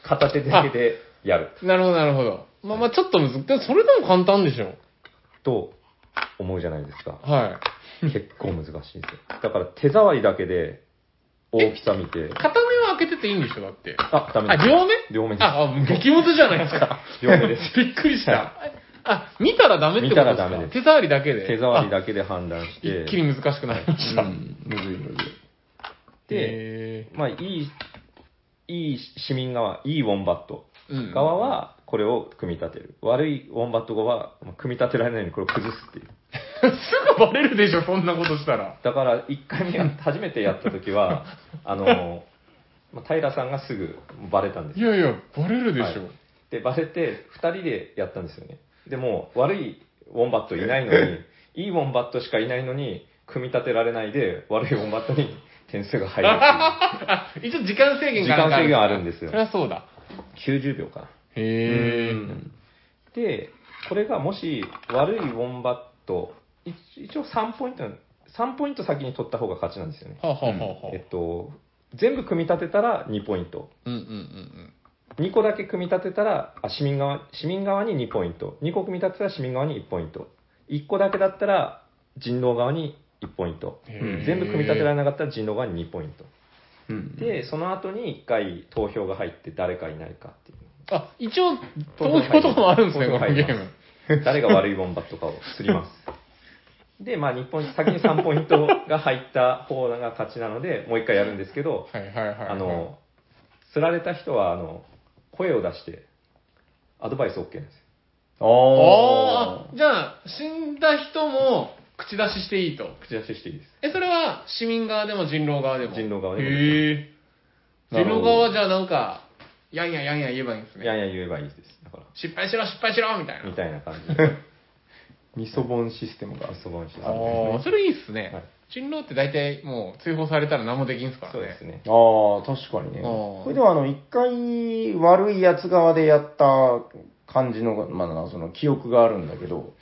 片手だけでやるなるほどなるほど。まあまあちょっと難しい。でもそれでも簡単でしょ。と思うじゃないですか。は 結構難しいですよ。だから手触りだけで大きさ見てい。、片目は開けてていいんでしょ、だって。あ、ダメあ、です両目両目です。あ、あ激ムズじゃないですか。両目ですびっくりした。あ、見たらダメって見ことですたからダメです手触りだけで。手触りだけで判断しあて一、気に難しくなりましうた。ん。むずいむずい。で、へまあ、いい、いい市民側、いいウォンバットーうん側は、これを組み立てる。悪いウォンバット側は、組み立てられないようにこれを崩すっていう。すぐバレるでしょ、そんなことしたら。だから、1回目や、初めてやった時 は、あの、まあ平さんがすぐバレたんですいよやいや、バレるでしょ。はいで、バレて、2人でやったんですよね。でも、悪いウォンバットいないの に、いいウォンバットしかいないのに、組み立てられないで、悪いウォンバットに点数が入るっあ、一応時間制ていう。限時が間制限あるんんですよそ。りゃそうだ。 90秒かな。へえ。で、これがもし悪いウォンバット、一一応3ポイント、3ポイント先に取った方が勝ちなんですよね。はあ、はあはあはえあっと、全部組み立てたら2ポイント。うんうんうん2個だけ組み立てたら、あ市民側、市民側に2ポイント。2個組み立てたら市民側に1ポイント。1個だけだったら人狼側に1ポイント。へー全部組み立てられなかったら人狼側に2ポイント。うん。で、その後に1回投票が入って誰かいないかっていう。うん。あ、一応、投票とかもあるんですね、投こ票入のゲりーム。誰が悪いウォンバットかをすります。で、まあ、日本、先に3ポイントが入った方が勝ちなので、もう一回やるんですけど、はいはいはいはい。あの、釣られた人は、あの、声を出して、アドバイス OK なんですよ。ああーじゃあ、死んだ人も口出ししていいと。口出ししていいです。え、それは市民側でも人狼側でも人狼側でもへえ。人なるほど狼側はじゃあなんか、やんややんや言えばいいんですいやね。いや言えばいいです。だか失敗しろ、失敗しろみたいら、みな。たいな感じで。みそぼんシステムが。遊ぼんしあ あー、それいいっすね。はい人狼って大体もう追放されたら何もできんすからそね。うですね。ああ、確かにね。あーこれでもあの、一回悪いやつ側でやった感じの、まあ、その記憶があるんだけど、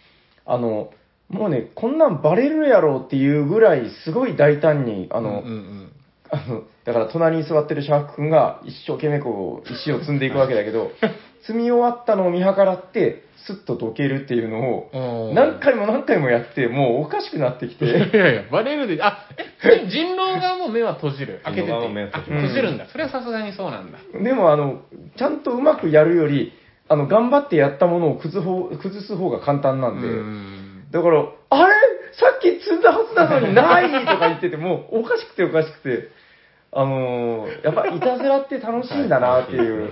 あの、もうね、こんなんバレるやろうっていうぐらい、すごい大胆に、あうんの、うんあの、だから隣に座ってるシャーク君が一生懸命こう、石を積んでいくわけだけ ど、積み終わったのを見計らって、スッとどけるっていうのを、うんうん。何回も何回もやって、もうおかしくなってきいやて、 いやいや、バレるで、あ、え、人狼側も目は閉じる。開けてて。人狼側も目を閉じるあ閉じるんだ。それはさすがにそうなんだ。でもあの、ちゃんとうまくやるより、あの、頑張ってやったものを崩す方崩す方が簡単なうんで、ん。だから、あれさっき積んだはずなのにないとか言ってて、もうおかしくておかしくて、あのーやっぱいたずらって楽しいんだなって いう。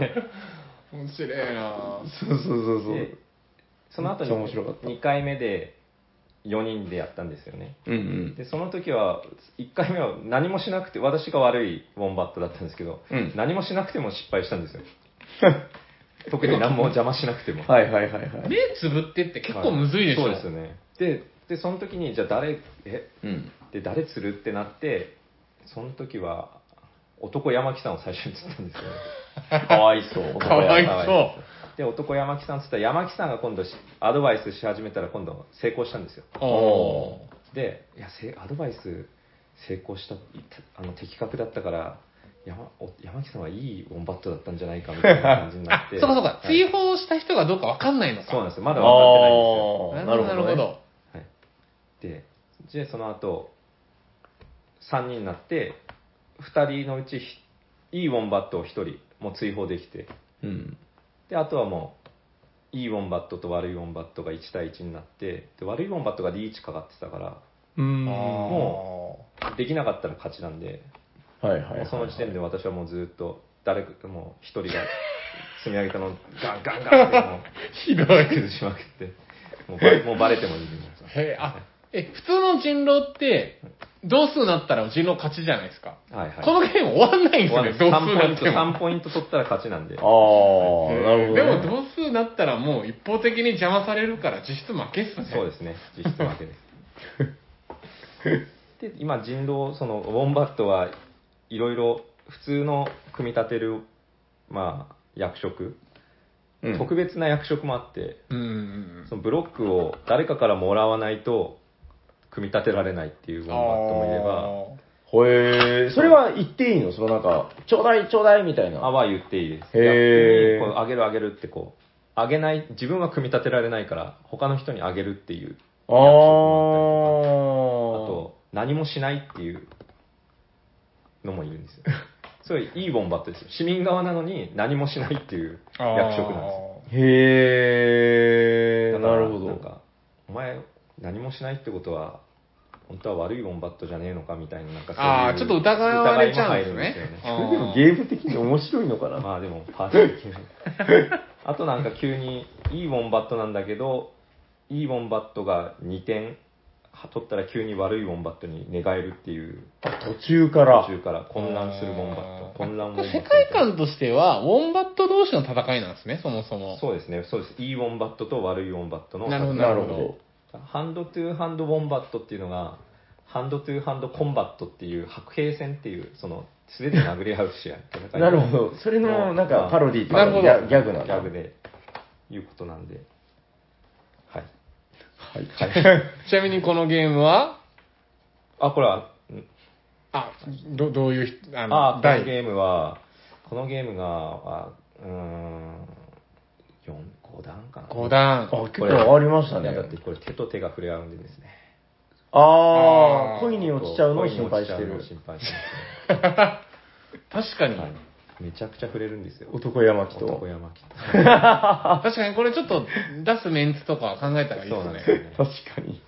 面白いなぁそうそうそうそう。で その後にめっちゃ面白かった2回目で4人でやったんですよね。うんうん。でその時は1回目は何もしなくて私が悪いウォンバットだったんですけど、うん何もしなくても失敗したんです よ特に何も邪魔しなくてもはいはいはいはい。目つぶってって結構むずいでしょ。はいそうですよねででその時にじゃあ誰えうん。で誰釣るってなってその時は男山木さんを最初に釣ったんですよね かわいそう。かわいかわいそで男山木さん釣ったら山木さんが今度しアドバイスし始めたら今度成功したんですよう。おおでいやせアドバイス成功したあの的確だったから山お山木さんはいいウォンバットだったんじゃないかみたいな感じにーな あっ、そてうかそうか。はい追放した人がどうかわかんないのか。そうなんんですよまだ分かってないんあなるほど、なーなるるほほどどね。ですよ、はい、ででその後3人になって2人のうちひいいウォンバットを1人もう追放できてうん。であとはもういいウォンバットと悪いウォンバットが1対1になってで悪いウォンバットがリーチかかってたかうんあーもらできなかったら勝ちなんではいはい、もはうい。その時点で。で私はもうずっと誰かもう一人が積み上げたのをガンガンガンってもうひどい。崩しまくってもうバレもうバレてもいいんですよへえ、あ、え、普通の人狼って、同数になったら人狼勝ちじゃないですか。はいはい。このゲーム終わんないんです終わよんなねい、同数3ポイなンっト、ても。 3ポイント取ったら勝ちなんで。ああ、なるほど、ね。でも同数になったらもう一方的に邪魔されるから実質負けっすね。そうですね、実質負け です。で、今、人狼、その、ウォンバットはいろいろ普通の組み立てる、まあ、役職、うん特別な役職もあって、うんうんそのブロックを誰かからもらわないと、組み立てられないっていうウォンうん。バットもいれば、へえ、それは言っていいのそのなんか、ちょうだいちょうだいみたいあな。は言っていいです。へー逆にこうあげるあげるってこう、あげない、自分は組み立てられないから、他の人にあげるっていうああーと、何もしないっていうのもいるんですよ。 それいいウォンバットですよ。市民側なのに何もしないっていう役職なんですへえよ。、だかならるほなんど。か、お前、何もしないってことは、本当は悪いウォンバットじゃねえのかみたいな、なんかそういうあーちょっと疑われちゃうんです疑いも入るねんですよねあでもゲーム的に面白いのかな、 まあでも、パーソナル あとなんか急に、いいウォンバットなんだけど、いいウォンバットが2点取ったら急に悪いウォンバットに寝返るっていう途中から。途中から混乱するウォンバット。混乱ウォンバット。世界観としては、ウォンバット同士の戦いなんですね、そもそも。そうですね、そうです。いいウォンバットと悪いウォンバットの。なるほどなるほハンドトゥーハンドウォンバットっていうのが、ハンドトゥーハンドコンバットっていう白兵戦っていう、その、素手で殴り合う試合。ど。なるほど。それの、なんか、パロディーとなるほかどギャギャグなんギだ。ャグで、いうことなんで。はい。はい。はい。ちなみにこのゲームは、あ、これは、んあ、どどういうひ、あの、あこの題ゲームは、このゲームが、あうーん、四5段かな。 5あ、段。結 これ構ありましたいねや。だってこれ手と手が触れ合うんでですね。ああーあ、恋に落ちちゃうのを心配して恋にる落。ちちゃうのを心配して確かに、るはい。めちゃくちゃ触れるんですよ。男山木男と。山きと。確かにこれちょっと出すメンツとか考えたらいいそうでなすんですよね。ね。確かに。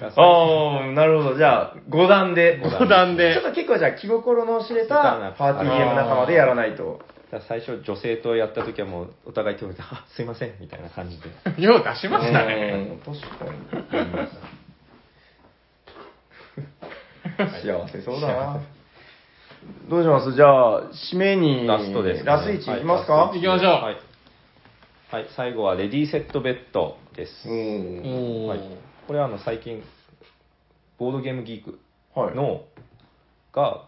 だからああ、なるほど。じゃあ、5段で。五5段ちょ でっ。と結構じゃあ気心の知れたパーティーゲーム仲間でやらないと。だから最初女性とやった時はもうお互い手を挙げて、あ、すいません、みたいな感じで。よう出しましたね。うん確かに。幸せそうだな。 どうしますじゃあ、締めに。ラストですね、ラス1いきますか、は行きましょうはい。はい、最後はレディーセットベッドです。うおん。ーはい、これはあの最近、ボードゲームギークはい。のが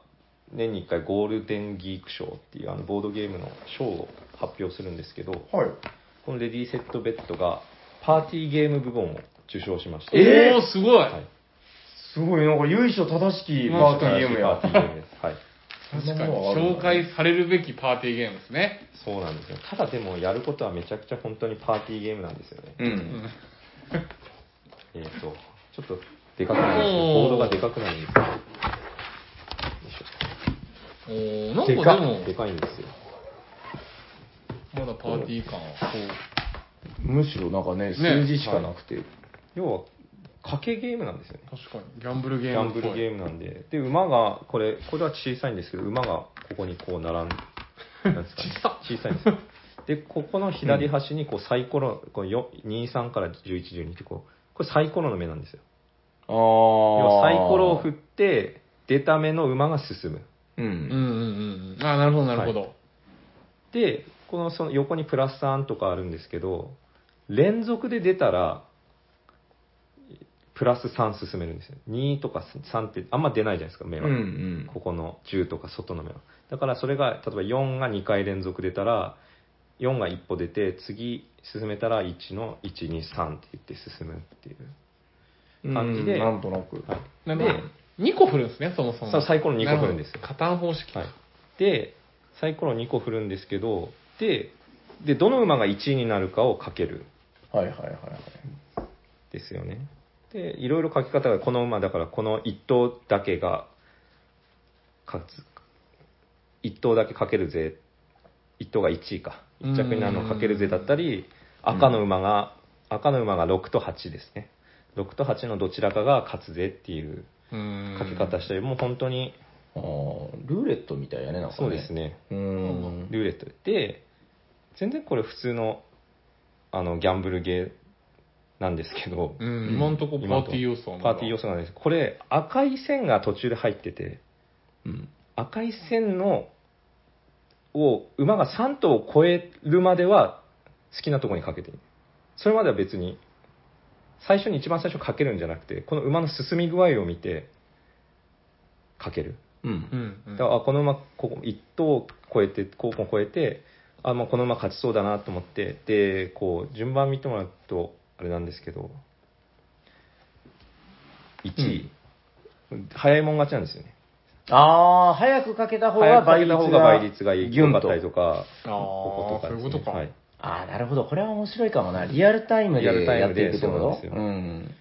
年に1回ゴールデンギーク賞っていうあのボードゲームの賞を発表するんですけど、はい。このレディーセットベッドがパーティーゲーム部門を受賞しました。えーおー、すごい。はいすごい、なんか由緒正しきパーティーゲームや。パーティーゲームです。はい。確かに、紹介されるべきパーティーゲームですね。そうなんですよ。ただでもやることはめちゃくちゃ本当にパーティーゲームなんですよね。う。うんんえっ、と、ちょっとでかくなるんですよ。ボードがでかくなるんですよ。よいしおー、なんでかかでもょ、でかいんですよ。まだパーティー感は。むしろなんかね、数字しかなくて。要は、賭けゲームなんですよね。確かに。ギャンブルギゲャーンムブっルぽゲい。ームなんで。で、馬が、これ、これは小さいんですけど、馬がここにこう並ん、なんですかね 小さ小さいんですよ。で、ここの左端にこうサイコロ、こうよ2、3から11、12ってこう、これサイコロの目なんですよ。あ要あ。はサイコロを振って、出た目の馬が進む。ううんん。うんうんうん。あー、なるほどなるほど。で、このその横にプラス3とかあるんですけど、連続で出たら、プラス3進めるんですよ。2とか3ってあんま出ないじゃないですか、目うは。ん。ここの10とか外の目は。だからそれが、例えば4が2回連続出たら、4が1歩出て、次進めたら1の1、2、3って言って進むっていう。うん。感じでなんとなく。はいなるほど。2個振るんですね、そもそも。そうサイコロ二個振るんですよなほど加担方式か。はい、でサイコロ2個振るんですけどででどの馬が1位になるかをかけるはいはいはいはい。ですよねでいろいろ書き方がこの馬だからこの1頭だけが勝つ1頭だけかけるぜ1頭が1位か1着になるのをかけるぜだったりん赤の馬が赤の馬が6と8ですね6と8のどちらかが勝つぜっていううーん書き方してもう本当にああ、ルーレットみたいやね、なんか、ね。そうです。ねうん。ルーレットで、全然これ普通のあのギャンブルゲーなんですけど、うん、今んとこパーティー要素はまパだーティー要素なんです。これ、赤い線が途中で入ってて、うん。赤い線の、を、馬が3頭を超えるまでは、好きなところにかけていい。それまでは別に、最初に一番最初にかけるんじゃなくて、この馬の進み具合を見て、かける。うんう。ん、うんだからあこの馬ここ1頭超えてこうも超えてあ、まあ、この馬勝ちそうだなと思ってでこう順番見てもらうとあれなんですけど1位、早いもん勝ちなんですよねああ、早くかけた方が早くか倍け率たが方が倍率がいいギュンかとったりとかあーこことかそでういすねうことか。はいああ、なるほど。これは面白いかもな。リアルタイムでリアルタイやっムでていくってこそとううなんですよん。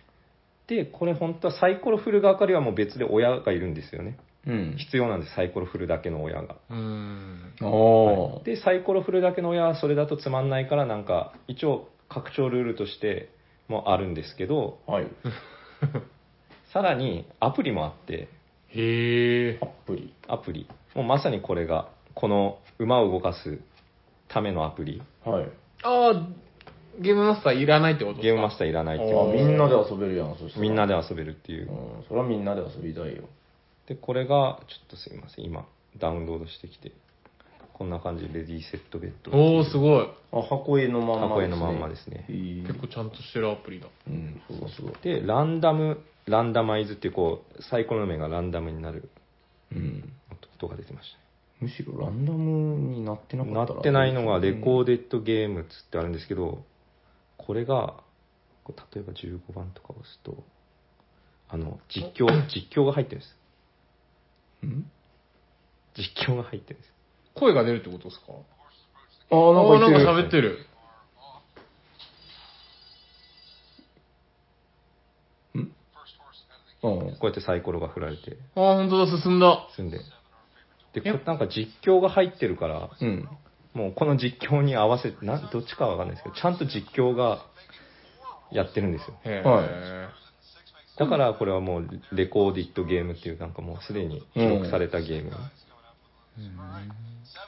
でこれ本当はサイコロ振る側からはもう別で親がいるんですよねうん。必要なんですサイコロ振るだけの親がうん。おー。でサイコロ振るだけの親はそれだとつまんないからなんか一応拡張ルールとしてもあるんですけどはい。さらにアプリもあってへえア。プリ。アプリもうまさにこれがこの馬を動かすためのアプリはい。ああ、ゲームマスターいらないってことですかゲームマスターいらないっていうあみんなで遊べるやん、そしたらみんなで。、で遊べるっていううんそれはみんなで遊びたいよ。でこれがちょっとすいません今ダウンロードしてきてこんな感じでレディーセットベッドおおすごい。あ、箱絵のまんま箱絵のまんまですねへー結構ちゃんとしてるアプリだ。うん、そうだそうだ。でランダムランダマイズっていうこうサイコロの目がランダムになるうん。音が出てましたねむしろランダムになってなかったなってないのがレコーデデッドゲームっつってあるんですけど、これが、こう例えば15番とか押すと、あの、実 況、実況が入ってるんです。うん実況が入ってるんです。声が出るってことですかあー、あなんかー言ってなる。んか喋ってる。うん。こうやってサイコロが振られて、ああ、本当だ、進んだ。進んで。で、いやこうなんか実況が入ってるから、うん。もうこの実況に合わせて、などっちかはわかんないですけど、ちゃんと実況がやってるんですよ。へはだからこれはもうレコーディットゲームっていうなんかもうすでに記録されたゲーム。い。うん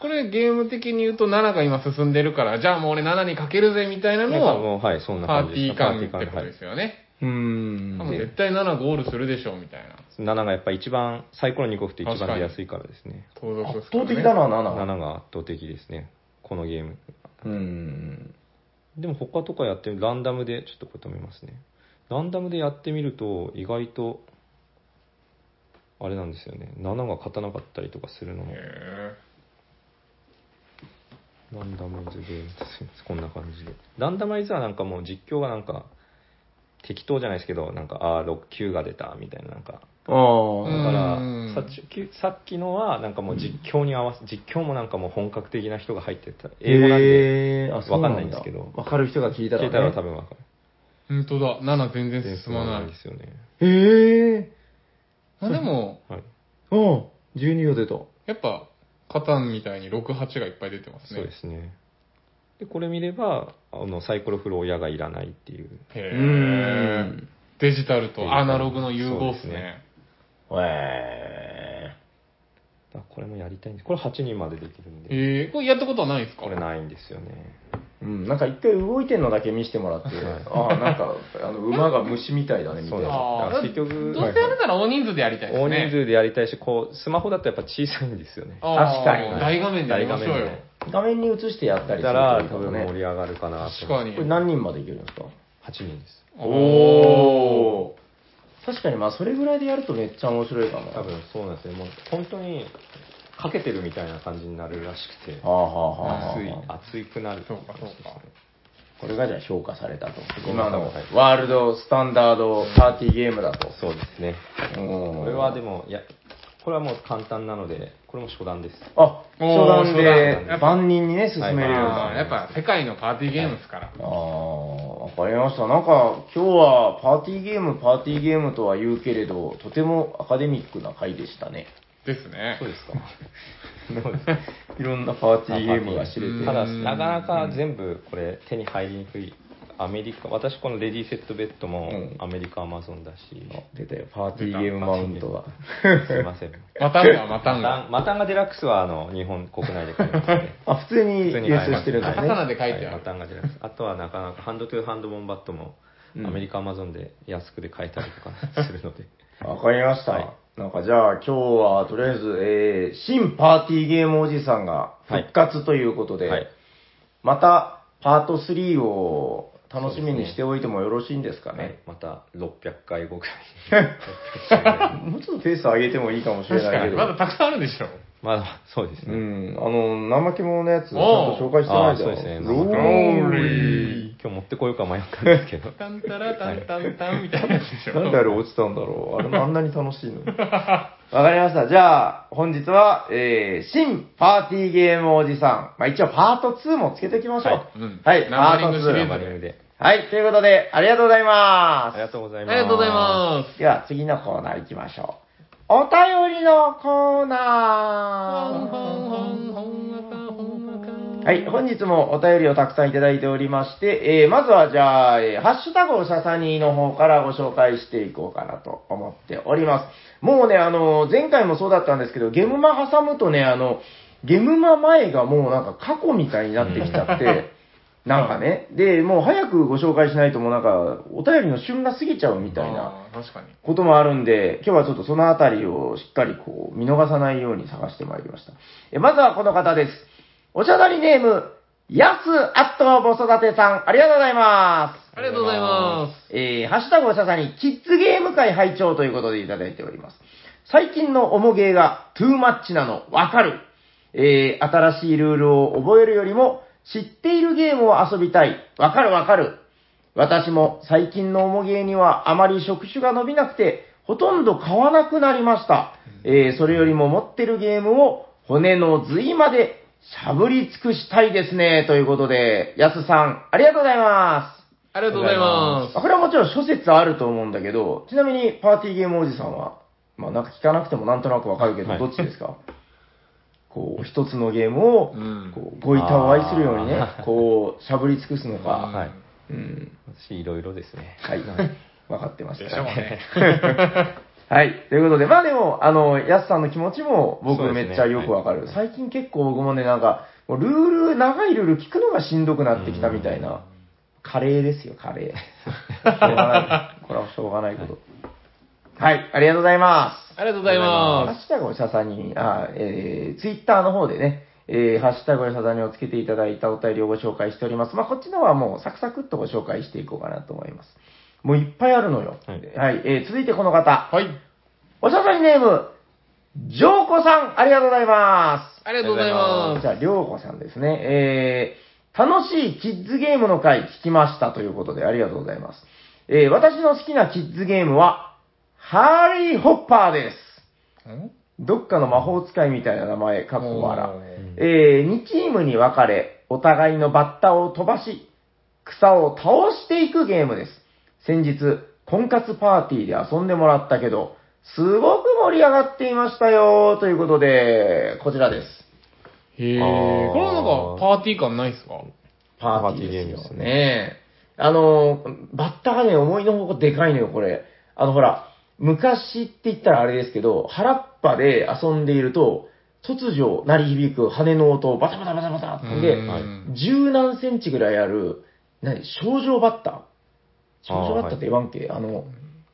これゲーム的に言うと7が今進んでるから、じゃあもう俺7にかけるぜみたいななんかのを、もう、はい、そんなパ感ーじティーパ感ってーティーことはいですよね。うー多分ん。絶対7ゴールするでしょうみたいな。 7がやっぱ一番サイコロ2個振って一番出やすいからですね盗賊で圧すから倒ね的だ。な、 7 7。が圧倒的ですねこのゲームうん。でも他とかやってランダムでちょっとこれ止めますねランダムでやってみると意外とあれなんですよね7が勝たなかったりとかするのもへランダマイズゲームすいませんこんな感じでランダマイズはなんかもう実況がなんか適当じゃないですけどなんかああ69が出たみたいななんかああ。だかうらんさっきさっきのはなんかもう実況に合わせ実況もなんかもう本格的な人が入ってた英語なんでえー、あそわうかんないんですけどわかる人が聞いたら、聞ね。いたら多分わかるえ。本当だ、7全然進進ままなないいん。ですよねええまあでも、はいー。うん。12が出た。やっぱ、カタンみたいに6、8がいっぱい出てますそね。うですねでこれ見ればあのサイコロ振る親がいらないっていうへうえーん。デジタルデジとタルアナログの融合ですそうですねね。えあこれもやりたいんですこれ8人までできるんでえー、これやったことはないですかこれないんですよねー。うん、なんか一回動いてんのだけ見せてもらって、ああ、なんか、あの、馬が虫みたいだね、みたいな。あーだから結局どうせやるなら大人数でやりたいですね。大人数でやりたいしこうスマホだとやっぱ小さいんですよねあー確かに大画面でやりましょうよ。画面に映してやっだたりっすたるとらいいか多も分ね盛り上がるかなと確かにこれ。何人までいけるんですか8人ですおー。おー確かにまあそれぐらいでやるとめっちゃ面白いかも多分そうなんですねもう本当にかけてるみたいな感じになるらしくてはあはあはあはあ熱い熱いくなるそうかそうかこれがじゃあ評価されたと評価今されたのワールドスタンダードパーティーゲームだとそうですねここれはでももいやこれはもう簡単なのでこれも初段ですあおー初段初段で万人にね進めるようあなーやっぱ世界のパーティーゲームですから。ああ、わかりました。なんか、今日はパーティーゲーム、パーティーゲームとは言うけれど、とてもアカデミックな回でしたね。ですねそう。 ですかそうですいろんなパーティーゲームが知れうて。んただなかなか全部これ手に入りにくいアメリカ私このレディーセットベッドもうんアメリカアマゾンだし、出たよ、パーティーゲームマウントが。すいませんまたんがまたマタんが。ンマタンガデラックスはあの日本国内で買いますねあ、普通に普通に流買い通ますしてるんだカタカナね。で書いてはあるパ。ターンが出ますあとはなかなかハンドトゥーハンドボンバットもうんアメリカアマゾンで安くで買えたりとかするので。わかりました。はいなんかじゃあ今日はとりあえず、えー、新パーティーゲームおじさんが復活という ことで、はい。またパート3を楽しみにしておいてもよろしいんですかはねい。また600回後くらい。600回ぐ らいもうちょっとペース上げてもいいかもしれ確ないかけに。ど。まだたくさんあるでしょ。まだ、そうですうね。ん、あの、怠け者のやつ、ちゃんおうと紹介してないじゃん。あーそうですねローリー。今日持ってこようか迷ったんです けど。タンタラタンタンタンみたいなやつでしょ。なんであれ落ちたんだろう。あれあんなに楽しいのに。わかりました。じゃあ、本日は、えー、新パーティーゲームおじさん。まあ一応パート2もつけていきましょう。はいうんはい、ナンバリングシリナーンバズパートリングで。 2はい、ということで、ありがとうございまあす。りがとうござあいります。がとうございます。では、次のコーナー行きましょう。お便りのコーナー。はい、本日もお便りをたくさんいただいておりまして、えー、まずはじゃあ、えーハッシュタグをささにの方からご紹介していこうかなと思っております。もうね、あの、前回もそうだったんですけど、ゲムマ挟むとね、あの、ゲムマ前がもうなんか過去みたいになってきちゃって、なんかね、で、もう早くご紹介しないともうなんか、お便りの旬が過ぎちゃうみたいな。あー。確かに。こともあるんで、今日はちょっとそのあたりをしっかりこう、見逃さないように探してまいりました。えまずはこの方です。おしゃだりネーム、やすあっとぼ育てさん、ありがとうございま。ありがとうございますえー、ハッシュタグおしゃさに、キッズゲーム会拝聴ということでいただいております。最近のおもげが、トゥーマッチなの、わかる。えー、新しいルールを覚えるよりも、知っているゲームを遊びたい。わかるわかる。私も最近のおもげにはあまり触手が伸びなくて、ほとんど買わなくなりました。えーそれよりも持ってるゲームを骨の髄までしゃぶり尽くしたいですね。ということで、やすさん、ありがとうございま。ありがとうございますあこれはもちろん諸説あると思うんだけど、ちなみにパーティーゲームおじさんは、まあなんか聞かなくてもなんとなくわかるけど、はいどっちですかこう、一つのゲームをす。う、ん。こう、ごいたを愛するようにねあ、ーこう、しゃぶり尽くすのうんか、はいうん、私、いろいろですね。はい。分かってましでた。しょうね。はい。ということで、まあでも、あの、やすさんの気持ちも僕そうですねめっちゃよくわかる。はい最近結構僕もね、なんか、もうルール、長いルール聞くのがしんどくなってきたみたいな。カレーですよ、カレー。しょうがない。これはしょうがないこと。はい。ありがとうございます。 ありがとうございハま ッシュタグおしゃさんに、あ、えー、ツイッターの方でね、えー、ハッシュタグおしゃさんにをつけていただいたお便りをご紹介しております。まあ、こっちのはもうサクサクっとご紹介していこうかなと思います。もういっぱいあるのよ。はいえー続いてこの方。す。はい。おしゃさんにネーム、ジョーコさん、ありがとうございます。ありがとうございまじゃあ、りょうこさんですね。えー、楽しいキッズゲームの回聞きましたということで、ありがとうございます。えー、私の好きなキッズゲームは、ハーリー・ホッパーです。す。んどっかの魔法使いみたいな名前、過去お笑。ーえー、2チームに分かれ、お互いのバッタを飛ばし、草を倒していくゲームです。先日、婚活パーティーで遊んでもらったけど、すごく盛り上がっていましたよ、ということで、こちらです。へえ。あこーれはなんかパーティー感ないですかパーパーティーですよティーゲームですねね。あの、バッタがね、思いのほかでかいのよ、これ。あの、ほら、昔って言ったらあれですけど、原っぱで遊んでいると、突如鳴り響く羽の音をバタバタバタバタって、うで、ん十何センチぐらいある、何、少女バッタ少女バッタって言わんけ、あの、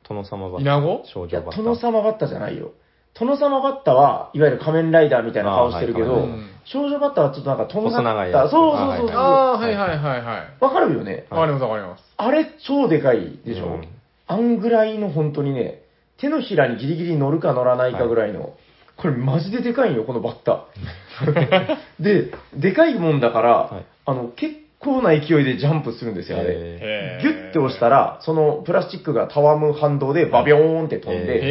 殿様バッタ。稲子少いや、女バッタ。殿様バッタじゃないよ。殿様バッタは、いわゆる仮面ライダーみたいな顔してるけあーどはいはいはい、少女バッタはちょっとなんかとんが細長っいた。やそうつそうそうそう。ああ、はいはいはいはい。わかるよね。わかりますわかります。あれ超でかいでしょ、うんあんぐらいの本当にね、手のひらにギリギリ乗るか乗らないかぐらいの、これマジででかいんよ、このバッタ。 で、でかいもんだから、はいあの、結構な勢いでジャンプするんですよ、あれ。えへえ。ギュッて押したら、そのプラスチックがたわむ反動でバビョーンって飛んで、へ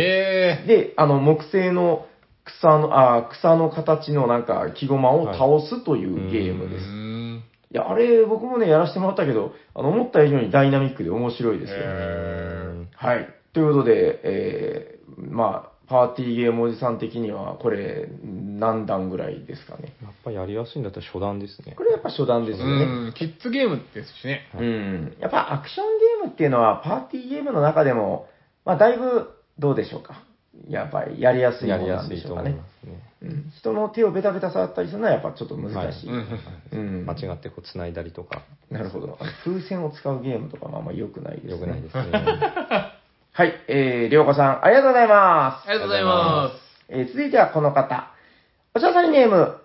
え。で、あの、木製の草の、あ草の形のなんか木駒を倒すというゲームうです。ん。いや、あれ、僕もね、やらせてもらったけど、あの、思った以上にダイナミックで面白いですよ。へはい。ということで、えー、まあ、パーティーゲームおじさん的には、これ、何段ぐらいですかね。やっぱりやりやすいんだったら初段ですねこ。れやっぱ初段ですうよね。ん。キッズゲームですしね。うん。やっぱアクションゲームっていうのは、パーティーゲームの中でも、まあ、だいぶ、どうでしょうか。やっぱり、やりやすいやものりなやんすでいしとょうか思いねま。すね。うん人の手をベタベタ触ったりするのはやっぱちょっと難しい。うんうん間違ってこう繋いだりとか、なるほど。あの風船を使うゲームとかもあんま良くないです、ね。。良くないですす ね。はい、えー、りょうこさん、ありがとうございます。ありがとうございまえー続いてはこの方。おしゃさりネーム、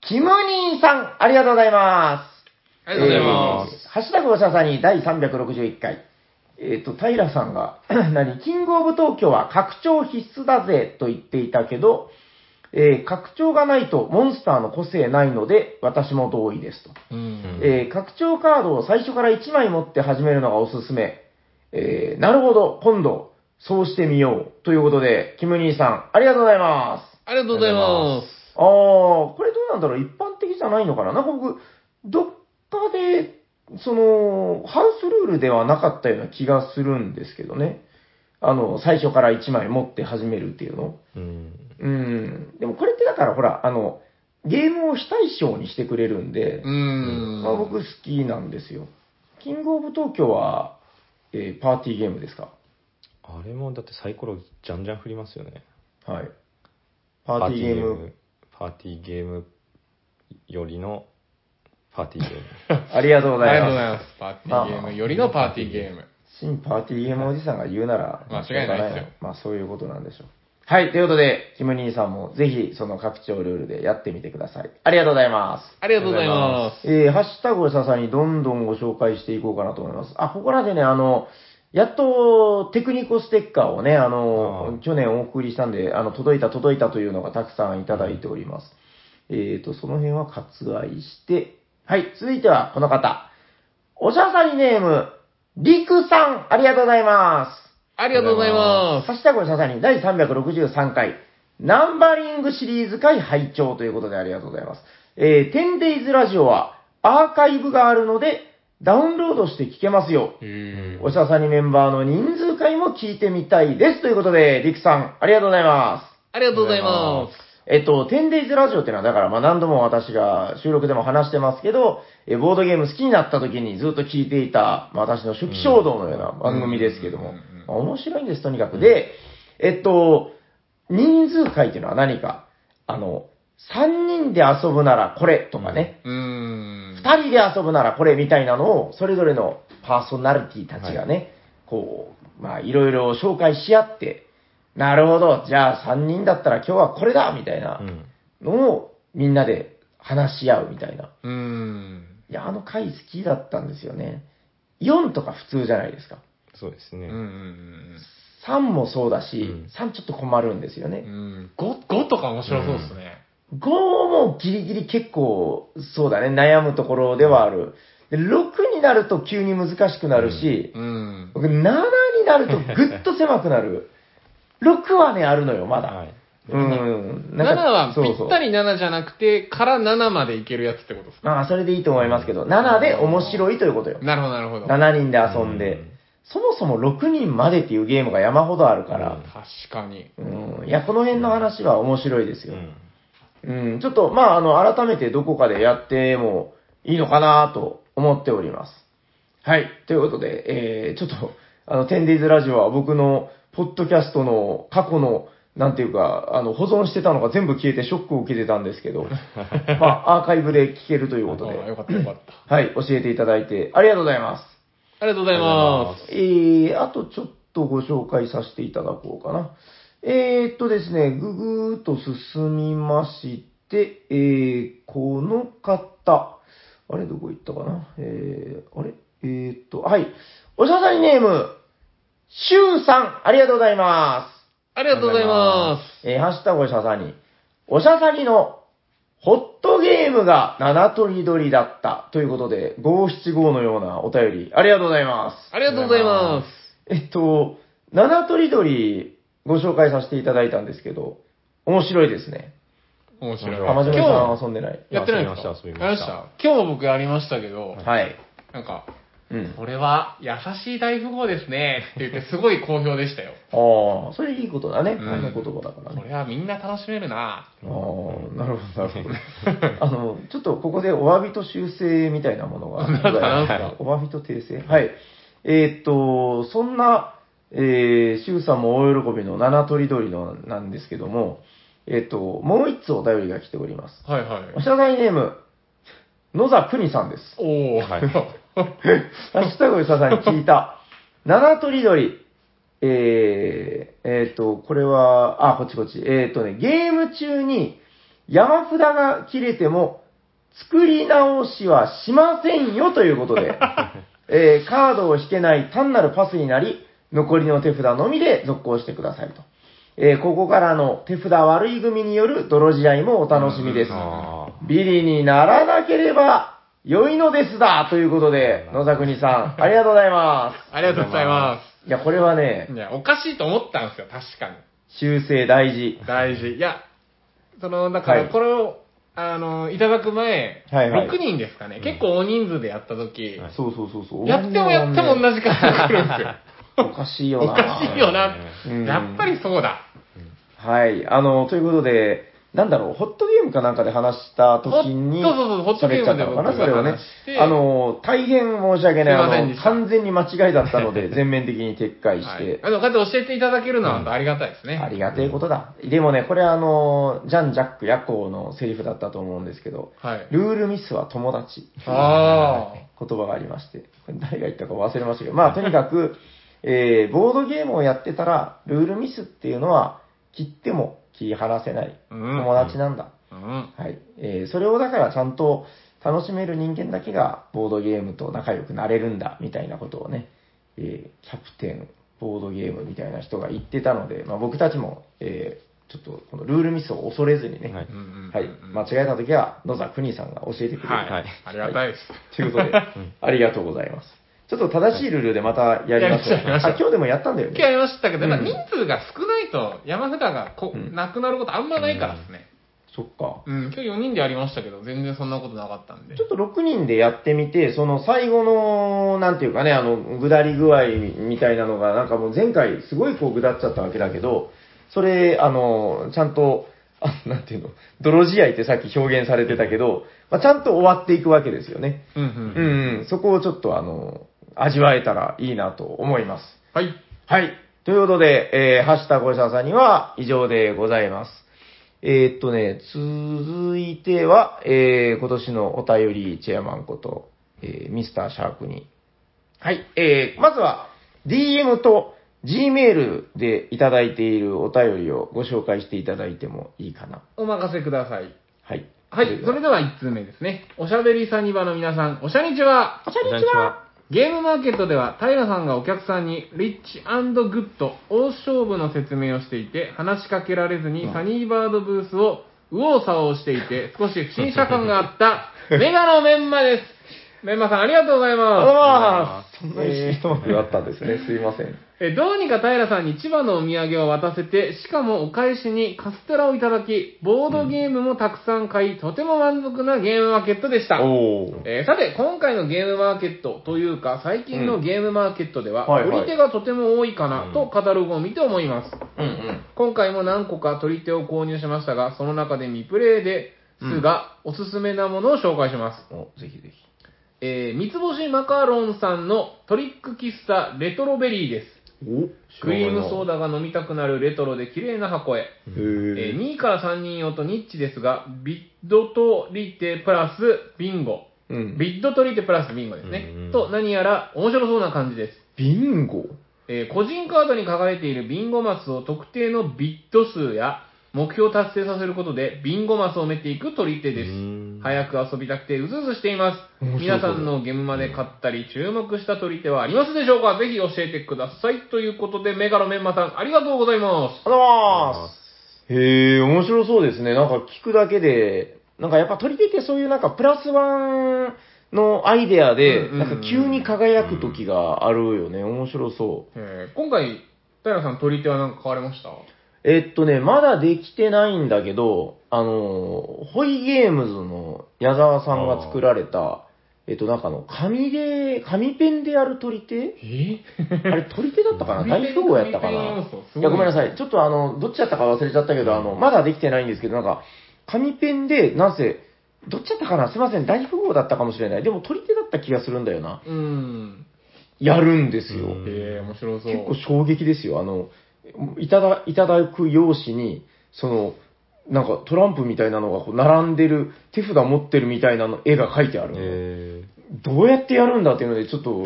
キムニーさん、ありがとうございます。す。ありがとうございます。えーハッシュタグおしゃさに第361回。えっ、と、平さんが、 何、キングオブ東京は拡張必須だぜと言っていたけど、えー拡張がないとモンスターの個性ないので、私も同意ですと。うん。えー拡張カードを最初から1枚持って始めるのがおすすめ。えーなるほど、今度、そうしてみよう。ということで、キム兄さん、ありがとうございます。ありがとうございます。あー、これどうなんだろう一般的じゃないのかななんか僕、どっかで、その、ハウスルールではなかったような気がするんですけどね。あの、最初から1枚持って始めるっていうの。うん。うん。でもこれってだからほら、あの、ゲームを非対称にしてくれるんで、うん。まあ、僕好きなんですよ。キングオブ東京は、えーパーティーゲームですかあれもだってサイコロじゃんじゃん振りますよね。はい。パーティーゲーム、。パーティーゲームよりのパーティーゲーム。ありがとうごあざりがいとうごまざいます。パーティーゲームよりのパーティーゲーム。す。新パーティーゲームおじさんが言うなら、間違いないですよまあそういうことなんでしょう。はい。ということで、キム兄さんもぜひその拡張ルールでやってみてください。ありがとうございます。ありがとうございまえー、ハッシュタグをささにどんどんご紹介していこうかなと思います。あ、ここらでね、あの、やっとテクニコステッカーをね、あの、あー去年お送りしたんで、あの、届いた届いたというのがたくさんいただいております。えーと、その辺は割愛して、はい、続いてはこの方。おしゃさにネーム、りくさん、ありがとうございます。す。ありがとうございます。ハッシュタグをささに第363回、ナンバリングシリーズ会拝聴ということでありがとうございます。えー、10days ラジオはアーカイブがあるので、ダウンロードして聞けますよ。うんおしゃさにメンバーの人数会も聞いてみたいです。ということで、リクさん、ありがとうございます。ありがとうございます。えっと、10days ラジオってのは、だから、まあ、何度も私が収録でも話してますけど、えボードゲーム好きになった時にずっと聞いていた、まあ、私の初期衝動のような番組ですけども、うんうんうんうんまあ面白いんです、とにかく。で、えっと、人数会っていうのは何か、あの、3人で遊ぶならこれとかね、うん。 2人で遊ぶならこれみたいなのを、それぞれのパーソナリティたちがね、こう、まあ、いろいろ紹介し合って、なるほど、じゃあ3人だったら今日はこれだみたいな。うん。のをみんなで話し合うみたいな。うん。いや、あの回好きだったんですよね。4とか普通じゃないですか。そうですうね。んうん3もそうだし、うん3ちょっと困るんですようね。ん。5、5とか面白そうですね。 5もギリギリ結構、そうだね、悩むところではある。で6になると急に難しくなるし、うん。僕7になるとぐっと狭くなる。6はね、あるのよ、まだ。はい。うん。 7はそうぴそうったり7じゃなくて、から7までいけるやつってことですかまあ、それでいいと思いますけど、7で面白いということよ。なるほど、なるほど。確7人で遊んで、うんそもそも6人までっていうゲームが山ほどあるから、かに。うん、いや、この辺の話は面白いですうよ。ん。うん、ちょっと、まあ、あの、改めてどこかでやってもいいのかなと思っております。はい。ということで、えー、ちょっと、あの、10 days ラジオは僕の、ポッドキャストの過去の、なんていうか、あの、保存してたのが全部消えてショックを受けてたんですけ ど、まあ、アーカイブで聞けるということで、あよかった、よかった。はい、教えていただいてありがとうございます。ありがとうございます。えー、あとちょっとご紹介させていただこうかな。えー、っとですね、ぐぐーっと進みまして、えー、この方。あれ、どこ行ったかなえー、あれえー、っと、はい。おしゃさりネーム、しゅうさん、ありがとうございます。ありがとうございます。えー、ハッシュタグおしゃさに、おしゃさにのホットゲームが七とりどりだったということで、五七五のようなお便り、ありがとうございます。ありがとうございます。えっと、七とりどりご紹介させていただいたんですけど、面白いですね。面白い。うん浜島さん今は遊んでない。日、やってないんですか遊びましたやりました今日僕ありましたけど、はい。なんか、うん。これは優しい大富豪ですねって言ってすごい好評でしたよ。ああ、それいいことだね。んあの言葉だからこね。れはみんな楽しめるなああ、なるほど、な るほど。あの、ちょっとここでお詫びと修正みたいなものが。なんだなんだはいお詫びと訂正。はい。えーっと、そんな、えー、シュウさんも大喜びの七とりどりのなんですけども、えっと、もう一つお便りが来ております。はいはい。おしゃがいネーム、野田邦さんです。おお。 はいハッシュタグうささんに聞いた。 七とりどり。えー、えーと、これは、あ、こっちこっち。えーとね、ゲーム中に山札が切れても、作り直しはしませんよということで、えーカードを引けない単なるパスになり、残りの手札のみで続行してくださいと。えーここからの手札悪い組による泥試合もお楽しみです。あビリにならなければ良いのですだということで、野田国さ ん、ありがとうございま。ありがとうございますいや、これはねす。い、や、おかしいと思ったんですよ、確かに。修正大事。大事。いや、その、だかはらいこれを、あの、いただく前、はいはい6人ですかね、結構大人数でやった時、はいそうそうそうそう。やってもやってもね同じ感じが来るんですよ。おかしいよおな。かしいよなうん。やっぱりそうだ。はい。あの、ということで、なんだろう、ホットゲームかなんかで話した時に、ほそうそうそうホットゲームで喋っちゃったのかな、僕そがれをね話して。あの、大変申し訳ない。すいませんあでの、した完全に間違いだったの で、全面的に撤回しはてい、あの、こうやって教えていただけるのは本当ありがたいですね。ありがてえことだ。でもね、これあの、ジャン・ジャック・ヤコーのセリフだったと思うんですけど、はい。ルールミスは友達。あ言葉がありまして、これ誰が言ったか忘れましたけど、まあとにかく、えー、ボードゲームをやってたら、ルールミスっていうのは、切っても切り離せないうん友達なんだ。あ。うん。はい。えー、それをだからちゃんと楽しめる人間だけが、ボードゲームと仲良くなれるんだ、みたいなことをね、えー、キャプテン、ボードゲームみたいな人が言ってたので、まあ僕たちも、えー、ちょっとこのルールミスを恐れずにね、ははいい。うんうんうん間違えた時は、野沢邦さんが教えてくれる。はい。ありがたいです。ということで、ありがとうございます。ちょっと正しいルールでまたやりましょう。やりましょうあ、今日でもやったんだよ今日やね。りましたけど、やっぱうん人数が少ないと山札がこ、うんなくなることあんまないからですね。そっか。うん、今日4人でやりましたけど、全然そんなことなかったんでち。ょっと6人でやってみて、その最後の、なんていうかね、あの、ぐだり具合みたいなのが、なんかもう前回すごいこうぐだっちゃったわけだけど、それ、あの、ちゃんと、あなんていうの、泥試合ってさっき表現されてたけど、まあ、ちゃんと終わっていくわけですよね。うんう。うんん、そこをちょっとあの、味わえたらいいなと思います。はい。はい。ということで、えー、ハッシュタグおじさんさんには以上でございます。えー、っとね、続いては、えー、今年のお便りチェアマンこと、えー、ミスターシャークに。はい。えー、まずは、DM と Gmail でいただいているお便りをご紹介していただいてもいいかな。お任せください。はい。はい。それでは1通目ですね。おしゃべりサニバの皆さん、おしゃにちは。こんにちは。ゲームマーケットでは、平さんがお客さんに、リッチグッド、大勝負の説明をしていて、話しかけられずに、サニーバードブースを、右往左往していて、少し不審者感があ った、メガのメンマです。メンマさん、ありがとうございます。ああ、そんな意識トークがあったんですね。すいません。えどうにか平さんに千葉のお土産を渡せて、しかもお返しにカステラをいただき、ボードゲームもたくさん買い、とても満足なゲームマーケットでした。おー。えーさて、今回のゲームマーケットというか、最近のゲームマーケットでは、うんはいはい取り手がとても多いかなとカタログを見て思います。うんうん。今回も何個か取り手を購入しましたが、その中で未プレイですが、おすすめなものを紹介します。お、ぜひぜひ。えー三つ星マカロンさんのトリック喫茶レトロベリーです。おクリームソーダが飲みたくなるレトロで綺麗な箱へ。へえーー2位から3人用とニッチですが、ビッドとリテプラスビンゴ。うんビッドとリテプラスビンゴですねうんうん。と何やら面白そうな感じです。ビンゴえー個人カードに書かれているビンゴマスを特定のビット数や目標を達成させることでビンゴマスを埋めていく取り手ですうーん。早く遊びたくてうずうずしています。面白そう皆さんのゲームまで買ったり注目した取り手はありますでしょうかぜひ教えてください。ということで、メガロメンマさんありがとうございまあざますへえ、面白そうですね。なんか聞くだけで、なんかやっぱ取り手ってそういうなんかプラスワンのアイデアうんで、うんうんなんか急に輝く時があるよね。面白そう。す。えー今回、平さん取り手は何か買われましたえっとね、まだできてないんだけど、あの、ホイゲームズの矢沢さんが作られた、えっと、なんかあの、紙で、紙ペンでやる取り手えあれ、取り手だったか な大富豪やったかなごいや、ごめんなさい。さい。ちょっとあの、どっちやったか忘れちゃったけど、あの、まだできてないんですけど、なんか、紙ペンで、なんせ、どっちやったかなすいません。大富豪だったかもしれない。でも、取り手だった気がするんだよな。うん。やるんですよう。んえー、面白そう。結構衝撃ですよ。あの、いただ、いただく用紙に、その、なんかトランプみたいなのがこう並んでる、手札持ってるみたいなの絵が描いてあるの、えどうやってやるんだっていうので、ちょっと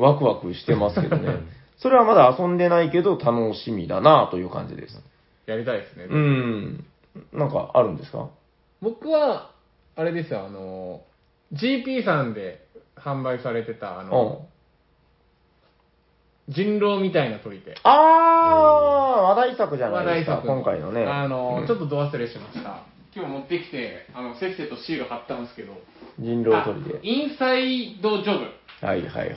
ワクワクしてますけど ね。それはまだ遊んでないけど、楽しみだなという感じです。やりたいですね。うん。なんかあるんですか僕は、あれですよ、あの、GP さんで販売されてた、あうの、ん。人狼みたいな鳥で。あー、話題作じゃないですか、の今回のね。あの、うんちょっとど忘れしました。今日持ってきて、あの、せっせとシール貼ったんですけど、人狼取りあで。インサイドジョブ。はいはいはいはい。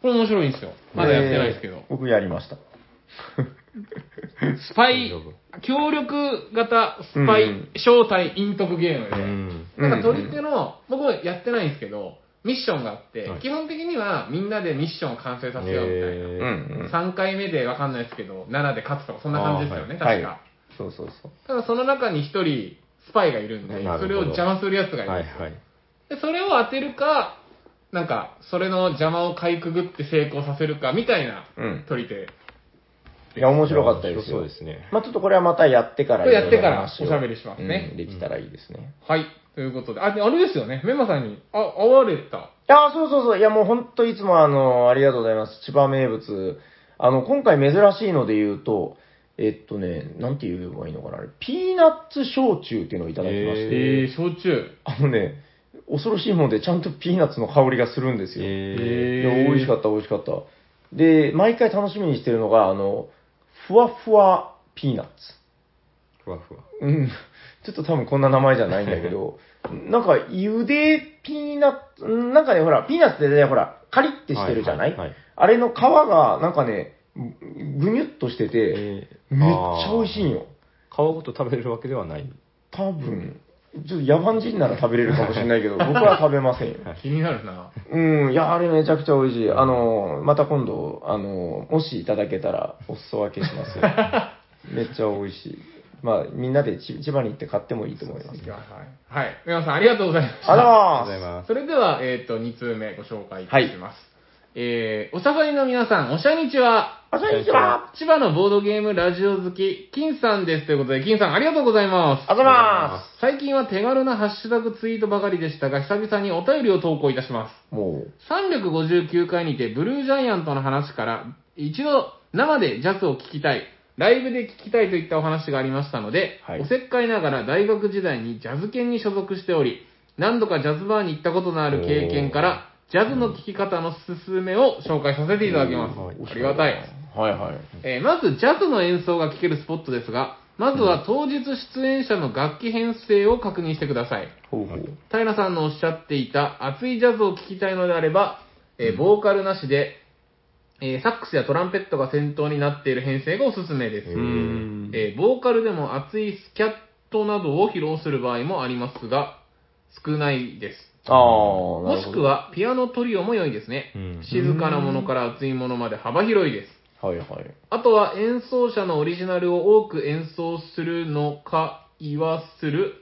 これ面白いんですよ。まだやってないですけどえー。僕やりました。スパイ大丈夫、協力型スパイうん招待陰徳ゲームー、うで、ん。なんか取り手の、僕もやってないんですけど、ミッションがあって、はい基本的にはみんなでミッションを完成させようみたいな。えうんうん。 3回目でわかんないですけど、7で勝つとか、そんな感じですよね、あーはい確か。はそうそうそう。ただその中に1人、スパイがいるんで、なるほどそれを邪魔するやつがーいる、はいはい。で。それを当てるか、なんか、それの邪魔をかいくぐって成功させるか、みたいなうん。取り手。いや、面白かったですよ。そうですね。まあちょっとこれはまたやってからこれやってから話をおしゃべりしますねうんできたらいいですね。はい。ということで、あ、であれですよね、メンマさんに、あ、会われた。ああ、そうそうそう。いや、もう本当いつもあの、ありがとうございます。千葉名物。あの、今回珍しいので言うと、えっとね、なんて言えばいいのかな、あれ、ピーナッツ焼酎っていうのをいただきましえて、ーえー、焼酎。あのね、恐ろしいもんでちゃんとピーナッツの香りがするんですよ。えいや美味しかった、美味しかった。で、毎回楽しみにしてるのが、あの、ふわふわピーナッツ。ー、ふわふわ。うん。ちょっと多分こんな名前じゃないんだけど、 なんか、ゆでピーナッツ、うんなんかね、ほら、ピーナッツってね、ほら、カリッてしてるじゃない,、はいはいはいあれの皮が、なんかね、ぐにゅっとしてて、えーめっちゃ美味しいん。よ。あー皮ごと食べれるわけではない。多分、ちょっと野蛮人なら食べれるかもしれないけど、僕は食べませんよ。気になるな。うん、いや、あれめちゃくちゃ美味しい。あの、また今度、あの、もしいただけたら、お裾分けしますよ。 めっちゃ美味しい。まあ、みんなでち千葉に行って買ってもいいと思います。行きますはい。はい。メンマさん、ありがとうございました。あありがとうございらます。それでは、えっ、と、2通目ご紹介いたします。えー、おしゃがりの皆さん、おしゃにちは。ーこんにちは千葉のボードゲームラジオ好き、金さんです。ということで、金さんありがとうございます。あざま最近は手軽なハッシュタグツイートばかりでしたが、久々にお便りを投稿いたします。すも359回にてブルージャイアントの話から一度生でジャズを聴きたいライブで聴きたいといったお話がありましたので、はいおせっかいながら大学時代にジャズ研に所属しており何度かジャズバーに行ったことのある経験からジャズの聴き方の勧めを紹介させていただきます、うんはいありがたい、う、はいはい。えーまずジャズの演奏が聴けるスポットですがまずは当日出演者の楽器編成を確認してください、ほうほう。平さんのおっしゃっていた熱いジャズを聴きたいのであれば、えーボーカルなしで、えーサックスやトランペットが先頭になっている編成がおすすめです、ううん。えーボーカルでも熱いスキャットなどを披露する場合もありますが少ないですああ、なもるしほくど。はピアノトリオも良いですね、うん静かなものから熱いものまで幅広いですはいはい。あとは演奏者のオリジナルを多く演奏するのか、言わする、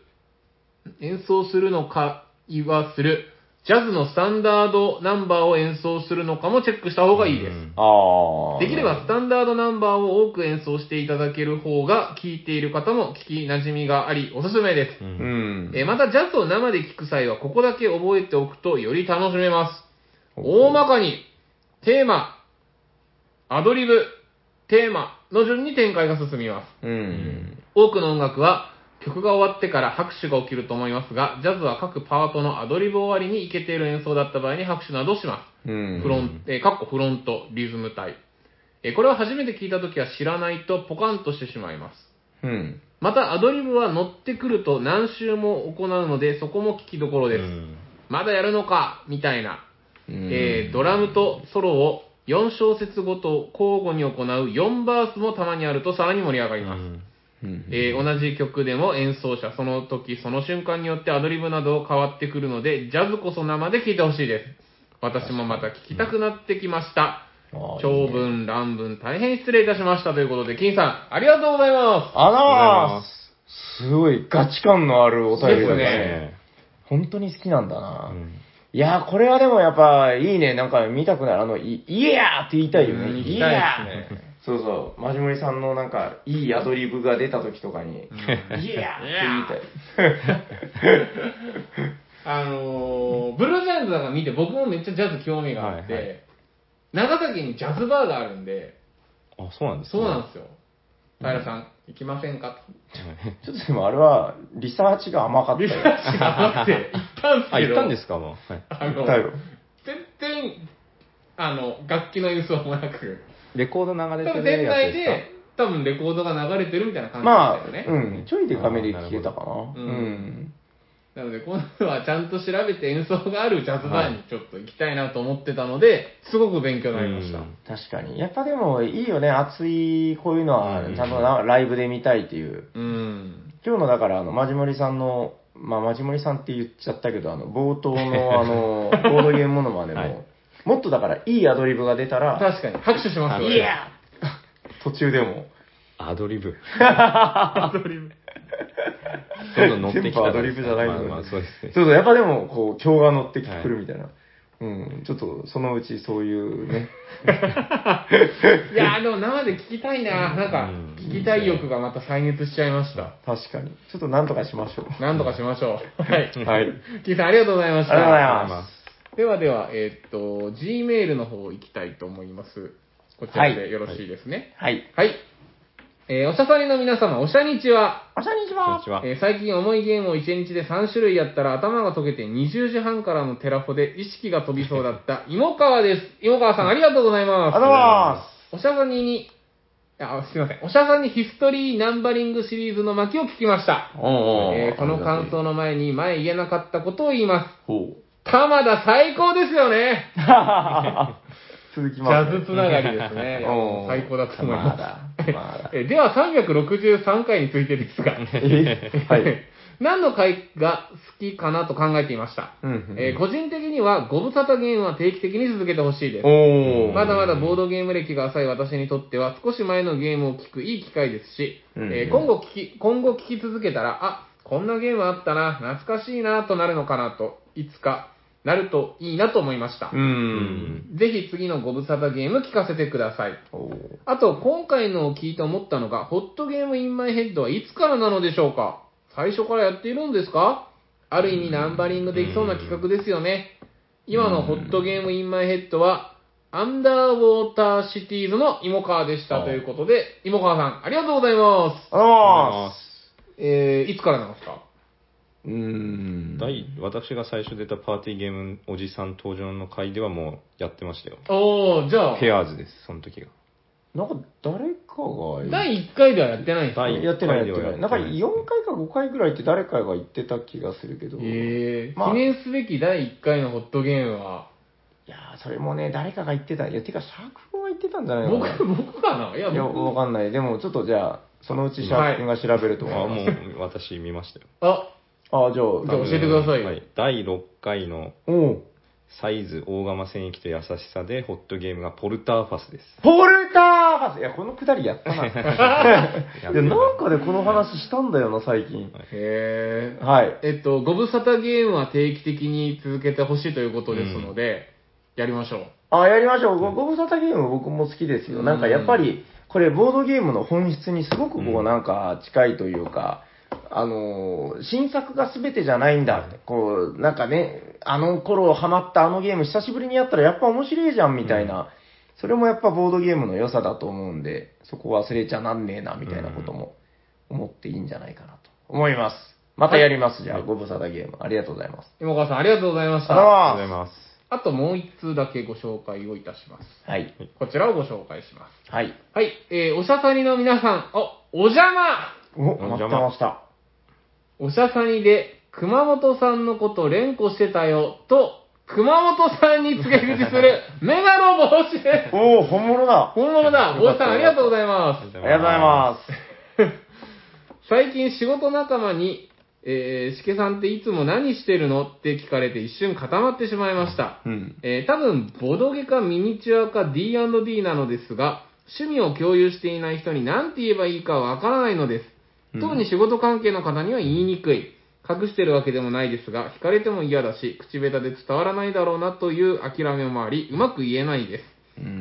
演奏するのか、言わする、ジャズのスタンダードナンバーを演奏するのかもチェックした方がいいでうす。んああ。できればスタンダードナンバーを多く演奏していただける方が、聴いている方も聞き馴染みがあり、おすすめです。う。うんん。えーまたジャズを生で聴く際は、ここだけ覚えておくとより楽しめます。大まかに、テーマ、アドリブ、テーマの順に展開が進みます。うん。多くの音楽は曲が終わってから拍手が起きると思いますが、ジャズは各パートのアドリブ終わりにイケている演奏だった場合に拍手などしまうす。ん。フロン、えー、かっこフロント、リズム隊。えーこれは初めて聞いたときは知らないとポカンとしてしまいます。うん。またアドリブは乗ってくると何周も行うので、そこも聞きどころうです。ん。まだやるのかみたいなうんえードラムとソロを4小節ごと交互に行う4バースもたまにあるとさらに盛り上がります。うんえー同じ曲でも演奏者その時その瞬間によってアドリブなど変わってくるので、ジャズこそ生で聴いてほしいです。私もまた聴きたくなってきました。あー長文、乱文、大変失礼いたしましたということで、金さん、ありがとうございまあらありがとうございーますすごいガチ感のあるお便りだですね。ね本当に好きなんだうな。ん。いやー、これはでもやっぱいいね。なんか見たくなる。あの、いいやーって言いたいよね。うんい言いたいやですねー。そうそう、マジモリさんのなんか、いいアドリブが出た時とかに、うんイエーってあのーブルージャイズなんか見て、僕もめっちゃジャズ興味があって、はいは長崎にジャズバーがあるんで、あ、そうなんですそうなんですよ。平さん、行きませんかはい言いたい。ちょっとでもあれは、リサーチが甘かったリよサ。 ーチが甘くて、行ったんですけど。あ、行ったんですか、もう。はい。あ行のったよ。全然、あの、楽器の演奏もなく、レコード多流れて分る全や体つでで、多分レコードが流れてるみたいな感まあ、じうですよね。ん、ちょいでカメで聞けたかな。ーうなるほどん。なので、今度はちゃんと調べて演奏があるジャズバーにちょっと行きたいなと思ってたので、すごく勉強すか。になりましうた。ん確かに。やっぱでも、いいよね。熱い、こういうのは、うんちゃんとなライブで見たいっていう。うん。今日のだから、あの、マジモリさんの、まあ、マジモリさんって言っちゃったけど、あの、冒頭 の、あの、ボードゲームものまでも、はいもっとだから、いいアドリブが出たら、確かに、拍手しますよ。いや途中でも。アドリブ。アドリブ。どんどん乗ってきた全部ら。アドリブじゃないのまあにまあ、そうですね。そうそう、やっぱでも、こう、今日が乗ってきはいくるみたいな。うん、ちょっと、そのうちそういうね。いやーでも生で聞きたいななんかうん、聞きたい欲がまた再熱しちゃいました。確かに。ちょっとなんとかしましょう。なんとかしましょう。はい。はい。ありキーさん、ありがとうございました。がとうございありがとうございま。ますではでは、えーっと、Gmail の方行きたいと思います。こちらでよろしいですね。はい。はい。えーおしゃさりの皆様、おしゃにちは。おしゃにちこんはにち。は。えー最近重いゲームを1日で3種類やったら頭が溶けて20時半からのテラフォで意識が飛びそうだった芋川です。芋川さんありがとうございありまがとうす。ございまおしゃさんにに、あ、すいません。おしゃさんにヒストリーナンバリングシリーズの巻を聞きました。す。おうおうえーこの感想の前に前言えなかったことを言いまほう。す。玉田最高ですよね。続きジます、ャズつながりですね。いやもう最高だと思いままだ。す。。ま だ えでは363回についてですが、 えはい。 何の回が好きかなと考えていました。うんうんえー個人的にはご無沙汰ゲームは定期的に続けてほしいです。おーまだまだボードゲーム歴が浅い私にとっては少し前のゲームを聞くいい機会ですし、うんうんえー今後聞き、今後聞き続けたら、あ、こんなゲームあったな、懐かしいなとなるのかなと、いつかなるといいなと思いましたう。ん。ぜひ次のご無沙汰ゲーム聞かせてください。おーあと、今回のを聞いて思ったのが、ホットゲームインマイヘッドはいつからなのでしょうか最初からやっているんですかある意味ナンバリングできそうな企画ですよね。今のホットゲームインマイヘッドは、アンダーウォーターシティーズの芋川でしあたということで、芋川さん、ありがとうございまありがとうございます。す。えー、いつからなんですかうーん。第私が最初出たパーティーゲームおじさん登場の回ではもうやってましたよ。おー、じゃあ、ペアーズです、その時が。なんか誰かが、第1回ではやってないんですか第一やってない回でやっはてなやってないい。なんか4回か5回ぐらいって誰かが言ってた気がするけど。えー、まあ記念すべき第1回のホットゲームは、いやーそれもね、誰かが言ってた。いや、てか、シャーク君が言ってたんじゃないのかな僕、僕かないや、いや、僕わ、かんない。でも、ちょっとじゃあ、そのうちシャーク君が調べるとあ思いもます。う私見ましたよ。あ、ああ、じゃあ、じゃあ教えてくださいよはい、第6回のおうサイズ、大釜戦役と優しさでホットゲームがポルターファスです。ポルターバスいや、このくだ りやったな。いやや、なんかでこの話したんだよな、最近。へえ。はい。えっと、ご無沙汰ゲームは定期的に続けてほしいということですので、やりましょう。あ、やりましょう。ごご無沙汰ゲーム僕も好きですうよ。んなんかやっぱり、これボードゲームの本質にすごくこううんなんか近いというか、あのー、新作が全てじゃないんだって、こう、なんかね、あの頃ハマったあのゲーム久しぶりにやったらやっぱ面白いじゃんみたいな、それもやっぱボードゲームの良さだと思うんで、そこ忘れちゃなんねえなみたいなことも思っていいんじゃないかなと思います。またやります、じゃあ、ご無沙汰ゲーム。ありがとうございます。今川さん、ありがとうございましありがとうございた。あまりがとうござすい。ます。あともう一通だけご紹介をいたします。はい。こちらをご紹介します。はい。はい、えー、おしゃさにの皆さん、お、お邪魔お、待ってました。おしゃさにで、熊本さんのこと連呼してたよ、と、熊本さんに告げ口する、メガの帽 子です。おお、本物だ。本物だ。よか帽子ったさん、ありがとうございます。ありがとうございます。最近仕事仲間に、えー、しけさんっていつも何してるのって聞かれて一瞬固まってしまいました。うん。えー、多分、ボドゲかミニチュアか D&D なのですが、趣味を共有していない人に何て言えばいいかわからないのです。特に仕事関係の方には言いにくい。隠してるわけでもないですが、惹かれても嫌だし、口下手で伝わらないだろうなという諦めもあり、うまく言えないです。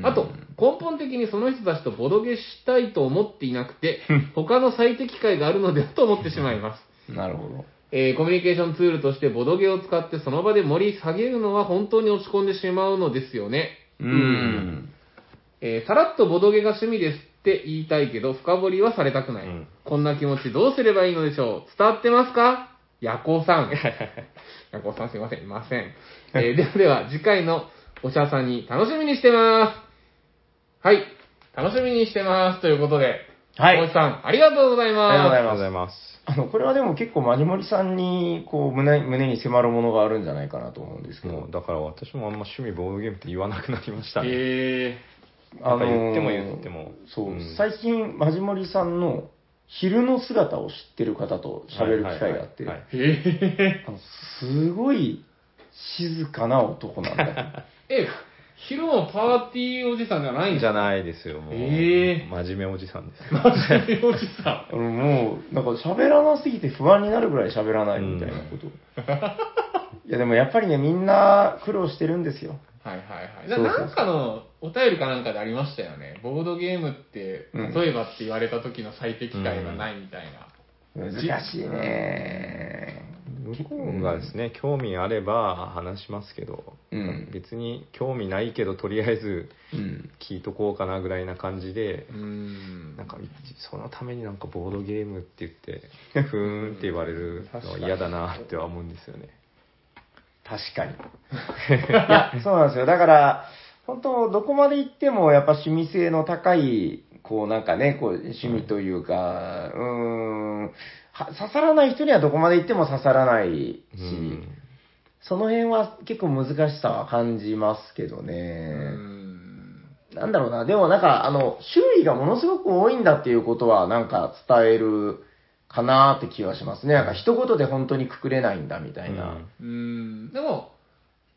あと、根本的にその人たちとボドゲしたいと思っていなく て、他の最適解があるのではと思ってしまいます。なるほど。えーコミュニケーションツールとしてボドゲを使ってその場で盛り下げるのは本当に落ち込んでしまうのですよね。うん。えーさらっとボドゲが趣味ですって言いたいけど、深掘りはされたくない。うんこんな気持ちどうすればいいのでしょう伝わってますか夜行さ ん。夜行さんすいません、いません。えーではでは、次回のおしゃさんに楽しみにしてます。はい、楽しみにしてます。ということで、はい大内さん、ありがとうございます。ありあがとうございりがとうまございす。ます。あの、これはでも結構マジモリさんに、こう、胸、胸に迫るものがあるんじゃないかなと思うんですけどもう、だから私もあんま趣味ボードゲームって言わなくなりましたね。えなんか言っても言ってもそう、うん最近、マジモリさんの昼の姿を知ってる方と喋る機会があって、はいはいはいー、えあのすごい静かな男な んだ。ー、え、昼もパーティーおじさんじゃないんじじゃゃなないいですよ、もう。ええ真面目おじさんです。マジでおじさあのもう、なんか喋らなすぎて不安になるぐらい喋らないみたいなこと。いやでもやっぱりね、みんな苦労してるんですよ。ん。はいはいはい。そなうそうなんかのお便りかなんかでありましたよね。ボードゲームって、うん例えばって言われた時の最適解がないみたいな。難しいね。向こうがですね、興味あれば話しますけど、うん。別に興味ないけど、とりあえずうん。聞いとこうかなぐらいな感じでう、んなんか、そのためになんかボードゲームって言って、ふーんって言われるのは嫌だなっては思うんですよね。確かに。いや、そうなんですよ。だから、本当どこまで行っても、やっぱ趣味性の高い、こうなんかね、こう趣味というか、うーん、は刺さらない人にはどこまで行っても刺さらないし、うん。その辺は結構難しさは感じますけどね。うんなんだろうな、でもなんか、あの、種類がものすごく多いんだっていうことは、なんか伝えるかなって気はしますね。なんか一言で本当にくくれないんだみたいな。うん。でも、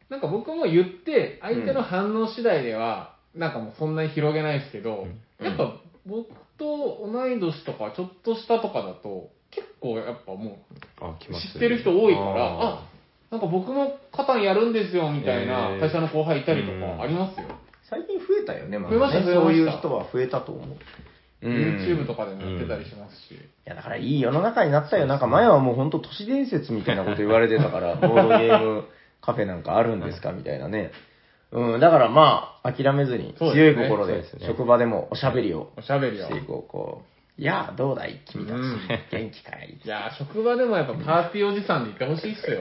なんか僕も言って、相手の反応次第では、なんかもうそんなに広げないですけど、うんやっぱ僕と同い年とか、ちょっと下とかだと、結構やっぱもあ、来うます知ってる人多いから、ああなんか僕もカタンやるんですよみたいなえー会社の後輩いたりとうんかありますよ。最近増えたよね、また増ねえました増えましたそういう人は増えたと思う。 YouTube といかでもやってたりしますし。や、だからいい世の中になったよ。なんか前はもう本当都市伝説みたいなこと言われて たから、ボードゲームカフェなんかあるんですかみたいなね。うん、だからまあ、諦めずに、そう強でいすねそ心うでです、ね職場でもおしゃべりをおしゃべりしは。ていこう、こう。いや、どうだい君たちうん。元気かいいやー、職場でもやっぱパーティーおじさんでいてほしいっす よ。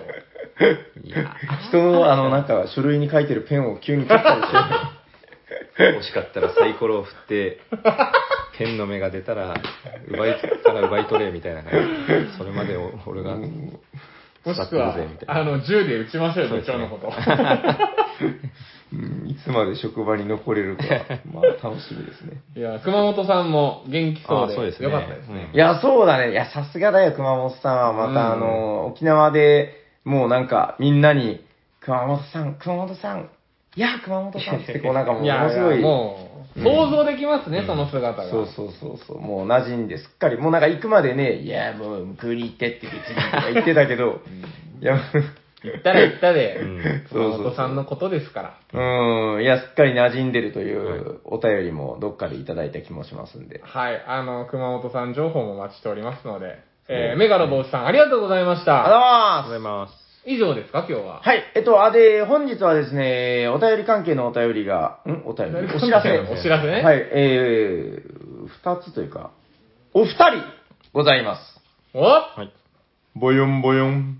いや、人の、あの、なんか、書類に書いてるペンを急に取ったりして。 欲しかったらサイコロを振って、ペンの目が出たら、奪い、から奪い取れみたいな感じ。それまでお俺が、もしくは使ってるぜみた、いなあの、銃で撃ちましょうそうよ、で部すね長のこと。うん、いつまで職場に残れるか、まあ、楽しみですね。いや、熊本さんも元気そうで、あそうですねよかったですね。いや、そうだね。いや、さすがだよ、熊本さんは。また、あうんの、沖縄で、もうなんか、みんなに、熊本さん、熊本さん、いや、熊本さんって、こう、なんかもう、もいやのすごい。もう、うん想像できますね、うんその姿が。そうそうそうそう、もう馴染んですっかり、もうなんか行くまでね、いや、もう、クリテって別にとか言ってたけど、いや、行ったら行ったで、うんそう熊そう本さんのことですから。うん、いや、すっかり馴染んでるというお便りもどっかでいただいた気もしますんで。はい、あの、熊本さん情報もお待ちしておりますので、そうでえすー、ねメガの帽子さんありがとうございましありがた。ありがとうごとざうございいます。ます。以上ですか、今日は。はい、えっと、あ、で、本日はですね、お便り関係のお便りが、んお便りお知らせ。お知らせね。はい、えー、二つというか、お二人ございます。おはい。ボヨンボヨン。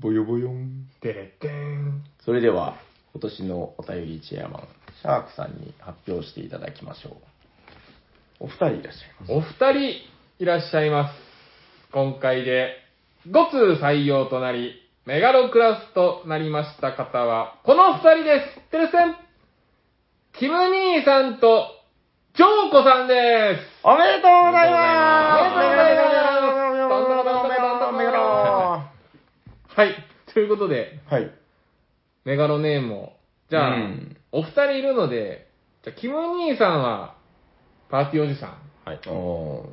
ボヨボヨン。てれってん。それでは、今年のお便りチェアマン、シャークさんに発表していただきましょう。お二人いらっしゃいます。お二人いらっしゃいます。今回で5通採用となり、メガロクラスとなりました方は、この二人です。てるせんキム兄さんと、ジョーコさんです。おめでとうございまおすめでとうございまはい。ということで、はい。メガロネームを。じゃあ、うんお二人いるので、じゃあ、キム兄さんは、パーティーおじさん。はい。おー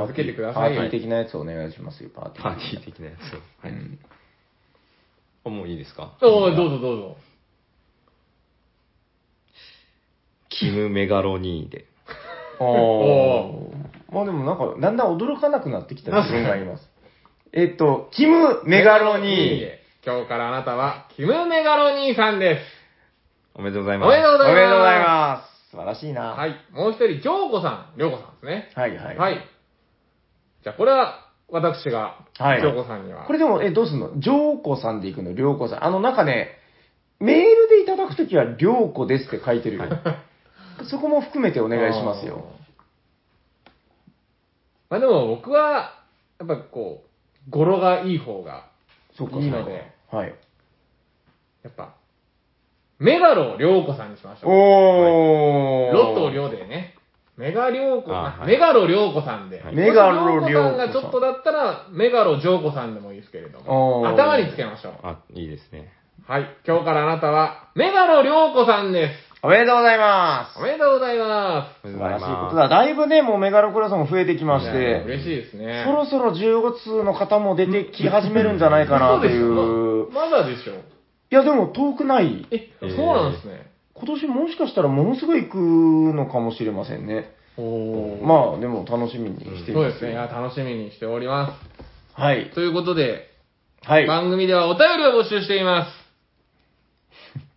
名付けてくださいパーティー的なやつお願いしますよ、パーティー。パーティー的なやつ。はい。うんあもういいですかおーどうぞどうぞ。キム・メガロニーで。あおあ。まあでもなんか、だんだん驚かなくなってきた自分がいます。えっと、キム・メガロニー。今日からあなたは、キムメガロニーさんです。おめでとうございます。おめでとうおめでとうございます。素晴らしいな。。はいい。もう一人、京子さん、涼子さんですね。はいはい。はい。じゃあ、これは、私が、はい京子さんには。これでも、え、どうすんのジョーコさんで行くのりょうこさん。あの、なんかね、メールでいただくときはりょうこですって書いてるよ。そこも含めてお願いしますよ。あー。まあでも僕は、やっぱこう、語呂がいい方が、そっか、いいのそうでかはい。やっぱ、メガロ涼子さんにしましょう。おー。ロと涼でね。メガ涼子、あーあはいメガロ涼子さんで。はいメガロ涼子さん涼子さんがちょっとだったら、メガロ涼子さんでもいいですけれども。おー頭につけましょう。あ、いいですね。はい。今日からあなたは、メガロ涼子さんでおめでとうございます。すお。めでとうございまおめ素でとうござ晴らいしいこまとす。だ。だいぶね、もうメガロクラスも増えてきましす。いやて、嬉しいですね。そろそろ15通の方も出てき始めるんじゃないかなっていそうで。すかまだでしょ。いや、でも遠くない。え、そえうーなんですね。今年もしかしたらものすごい行くのかもしれませんね。おあ、まあ、でも楽しみにしていそうまですね。いや、楽しみにしておりまはいす。。ということで、はい。番組ではお便りを募集してい ます。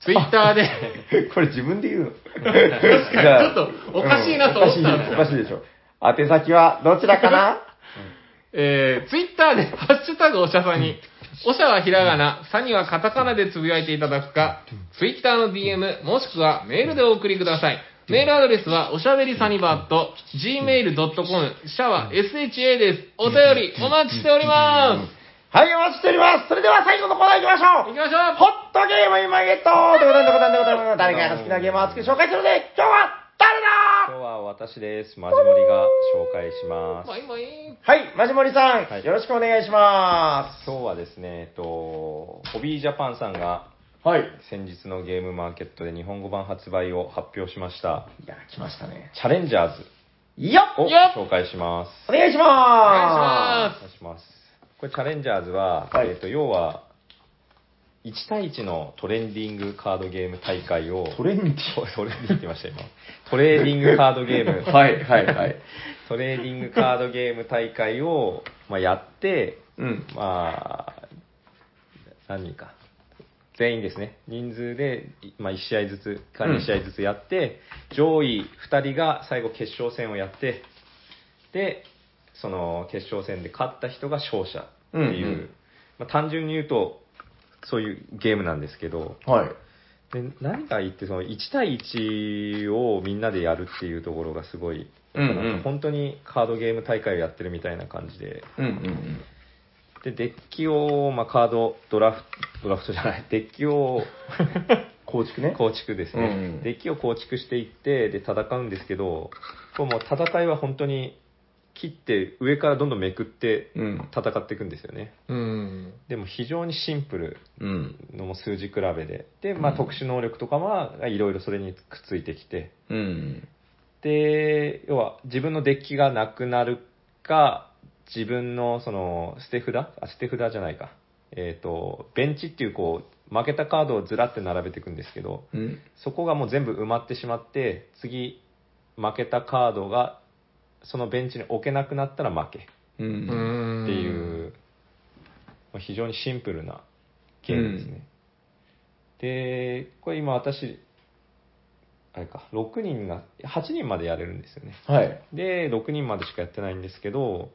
ツイッターで、 これ自分で言うの。確かにじゃあちょっとおかしいなと思ったんですようんおかしいでしょ。宛先はどちらかなえー、ツイッターでハッシュタグおしゃさに、おしゃはひらがな、さにはカタカナでつぶやいていただくか、ツイッターの DM、もしくはメールでお送りください。メールアドレスは、おしゃべりサニバット、gmail.com、シャワー SHA です。お便り、お待ちしております。はい、お待ちしております。それでは最後のコーナー行きましょ行うきましょうホットゲーム今ゲットでござんでござんでござんでござん誰かが好きなゲームを熱く紹介するので、今日は誰だ今日は私です。マジモリが紹介します。バイバイ。はい、まじもりさん、はいよろしくお願いしま今日はですね、えっと、ホビージャパンさんがす。はい。い先日のゲームマーケットで日本語版発売を発表しました、や、来ましたね。チャレンジャーズよっをよっ紹介します。お願いお願いししまお願いします。これチャレンジャーズは、はいえっと、要は、1対1のトレンディングカードゲーム大会を、す。トレンディトトレンディング って言いましたよ、今トレーディングカードゲーム。はい、はい、はい。トレーディングカードゲーム大会を、まあ、やって、 うん。まあ、何人か。全員ですね。人数で、いまあ、1試合ずつかうん2試合ずつやって、上位2人が最後決勝戦をやって、で、その決勝戦で勝った人が勝者っていう、うんうんまあ、単純に言うと、そういうゲームなんですけど、はい。で何がいいって、その1対1をみんなでやるっていうところがすごい、うんうんなんか本当にカードゲーム大会をやってるみたいな感じで、うん、うんで、デッキを、まあ、カード、ドラフト、ドラフトじゃ ない、デッキをうん。構築ね。構築ですね、うんデッキを構築していって、で、戦うんですけど、こうもう戦いは本当に切って、上からどんどんめくってうん。戦っていくんですよね。うん。でも非常にシンプルうん。のも数字比べで。で、まあ、うん特殊能力とかはいろいろそれにくっついてきて。うん。で、要は自分のデッキがなくなるか、自分のその捨て札あ、捨て札じゃないか。えっ、と、ベンチっていうこう、負けたカードをずらって並べていくんですけど、うん。そこがもう全部埋まってしまって、次、負けたカードが、そのベンチに置けなくなったら負けっう。うんん。ていう、まあ非常にシンプルなゲームですね。で、これ今私、あれか、6人が、8人までやれるんですよね。はい。で、6人までしかやってないんですけど、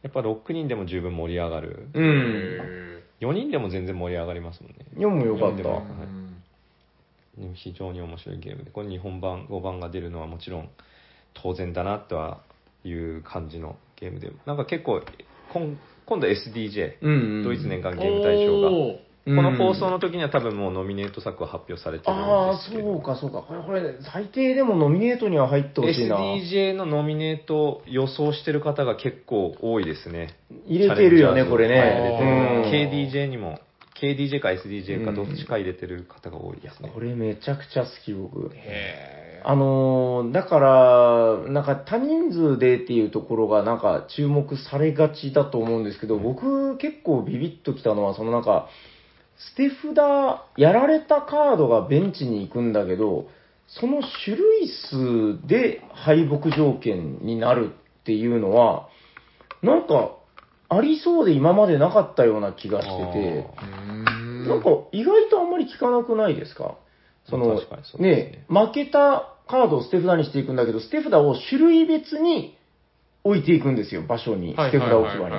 やっぱ6人でも十分盛り上がる。う。うんん。 4人でも全然盛り上がりますもんね。読むよかっ読んでもたは。でも非常に面白いゲームで、これ日本版、5番が出るのはもちろん当然だなとはいう感じのゲームで、なんか結構、今今度 SDJ、うんドイツ年間ゲーム大賞が、おーこの放送の時には多分もうノミネート作は発表されてるんあですあ、けそうど、か、そうか。これ、これ、最低でもノミネートには入ってほしいな。 SDJ のノミネート予想してる方が結構多いですね。入れてるよね、これはいね。入れうんてる KDJ にも、KDJ か SDJ うかんどっちか入れてる方が多いですねこ。れめちゃくちゃ好き、僕。へーあのーだから、なんか多人数でっていうところがなんか注目されがちだと思うんですけど、僕結構ビビッときたのは、そのなんか、捨て札、やられたカードがベンチに行くんだけど、その種類数で敗北条件になるっていうのは、なんか、ありそうで今までなかったような気がしてて、あーなんか意外とあんまり聞かなくないですかその、確かにそうねで負けたカードを捨て札にしていくんだけど、捨て札を種類別に置いていくんですよ、場所に。捨て札置き場に。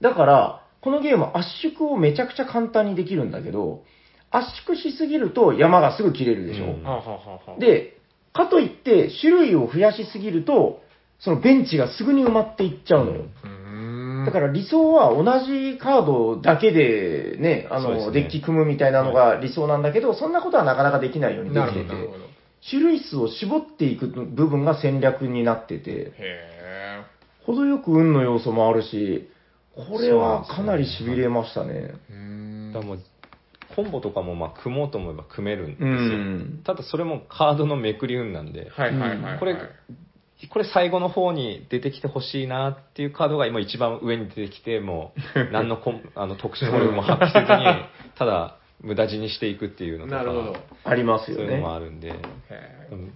だから、このゲーム圧縮をめちゃくちゃ簡単にできるんだけど、圧縮しすぎると山がすぐ切れるでしうょ。んはあはあはあはあ、で、かといって種類を増やしすぎると、そのベンチがすぐに埋まっていっちゃうのよ。うーんだから理想は同じカードだけでね、あそうですの、ねデッキ組むみたいなのが理想なんだけど、そんなことはなかなかできないようにでなきるてほど、なるほて、ど。種類数を絞っていく部分が戦略になってて、へ程よく運の要素もあるし、これはかなり痺れましたね。え。うーんだからもうコンボとかもまあ組もうと思えば組めるんですうよ、ん。ただそれもカードのめくり運なんで、はいはいはい、はい。これこれ最後の方に出てきてほしいなっていうカードが今一番上に出てきて、もう何のコ ンあの特殊能力も発揮せずに、ただ無駄死にしていくっていうのとか、なるほど。ありますそういようのね。もあるんで、へうえ。ん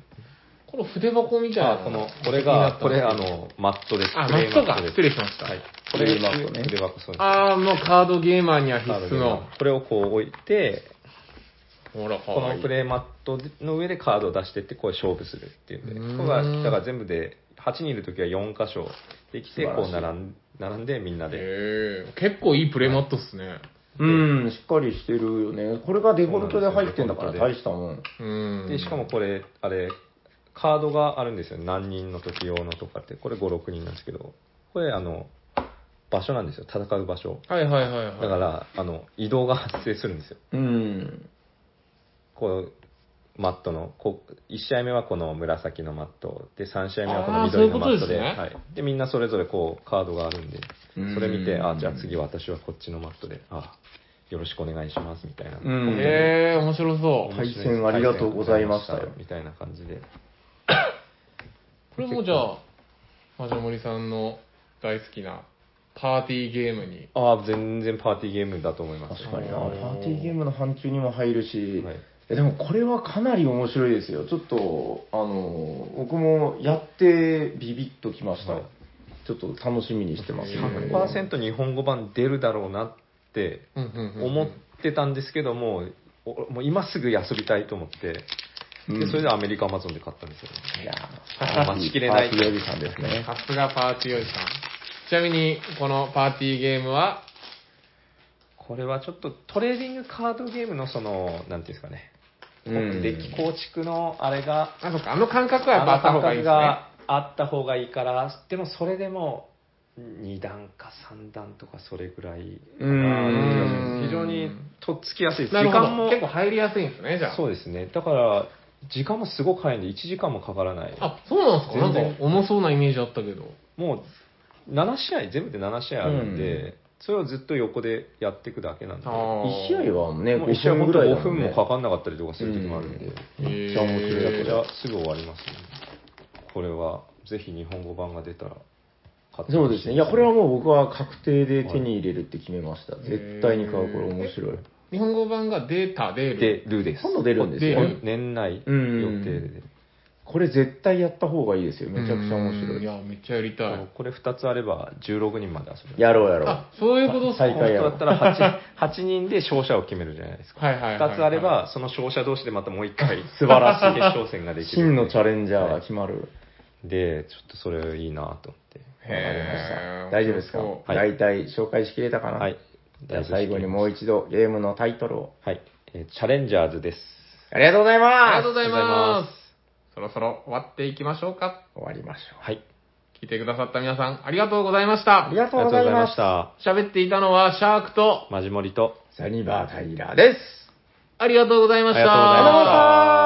この筆箱みたいなあこのこれが、これあ、の、マットです。あ、プマレッイトか。です失礼しました。はい。これプレイマットねプレイマットそうですああ、もうカードゲーマーには必カード須ゲームの。これをこう置いて、ほら、かこわいのいプレイマットの上でカードを出してって、こう勝負するっていううんね。ここが、だから全部で、8人いるときは4箇所できて、素晴らこしうい並ん並んでみんなで。へえ。結構いいプレイマットっすね。うん、しっかりしてるよね。これがデフォルトで入ってんだからそうなん大でしたもん。うん。で、しかもこれ、あれ、カードがあるんですよ。何人の時用のとかって。これ5、6人なんですけど、これ、あの、場所なんですよ。戦う場所。はいはいはいはい。だから、あの、移動が発生するんですよ。うん。こう、マットの、こう、1試合目はこの紫のマット、で、3試合目はこあーの緑のマッそトういで、うことですねはい。で、みんなそれぞれこう、カードがあるんで、うんそれ見て、あ、じゃあ次私はこっちのマットで、あ、よろしくお願いします、みたいな。うん本当にへえ、面白そう。面白いです対戦ありがとうございました対戦ありがとうございましたみたいな感じで。これもじゃあ、マジョモリさんの大好きなパーティーゲームに。ああ、全然パーティーゲームだと思います。確かにな、パはいーティーゲームの範疇にも入るし、はいえでもこれはかなり面白いですよ。ちょっと、あの、僕もやってビビッときました。はいちょっと楽しみにしてます。 100%日本語版出るだろうなってうんうんうん思ってたんですけども、おもう今すぐ遊びたいと思って、うんでそれでアメリカアマゾンで買ったんですよね。いやあ待ちきれないパーティーおじさんですね。さすがパーティーおじさん。ちなみに、このパーティーゲームは、これはちょっとトレーディングカードゲームのその、なんていうんですかね、うんデッキ構築のあれが、あ、そっか、あの感覚はやっぱああったの方がい感覚いですね。があった方がいいから、でもそれでも2段か3段とかそれぐらいかなって気がしますうん非常にとっつきやすい。時なるほど間も結構入りやすいんですね、じゃあ。そうですね。だから、時間もすごく早いんで、1時間もかからない。あ、そうなんですかなん全然か重そうなイメージあったけど。もう、7試合、全部で7試合あるんで、うんそれをずっと横でやっていくだけなんで、もあ1試合はね、う5 1試合分本ぐ当らいだ5もん分ねもかかんなかったりとかする時もあるんで、うんめっちゃ面め白いこちれゃくちゃすぐ終わりますね。これは、ぜひ日本語版が出たら買ってそほうしですね。いや、これははもう僕は確定で手に入れるって決めました。絶対に買う。これ面白い。日本語版がデータ、デール。で、ルーです。今度出るんです出よる。年内う予ん定で。これ絶対やった方がいいですよ。めちゃくちゃ面う白んいい。や、めっちゃやりたい。これ2つあれば16人まで遊べる。やろうやろうあ。、そういうことっすか最下位やろ本当だったら 8, 8人で勝者を決めるじゃないですか。はいはいはいはい2つあれば、その勝者同士でまたもう1回、 素晴らしい決勝戦ができる。真のチャレンジャーが決まる。で、ちょっとそれいいなと思って。へー大丈夫ですかそうはい大体紹介しきれたかなはい。じゃあ最後にう。もう一度ゲームのタイトルを。はい。えーチャレンジャーズです。ありがとうございありまがとうごすざいありがとうございま。ますそろそろ終わっていきましょうか。終わりましょう。はい。聞いてくださった皆さん、ありがとうございましたあり。がとうございました。た。喋っていたのはシャークと、マジモリと。サニバータイラーです。ありがとうございました。ありがとうございましたありがとうございました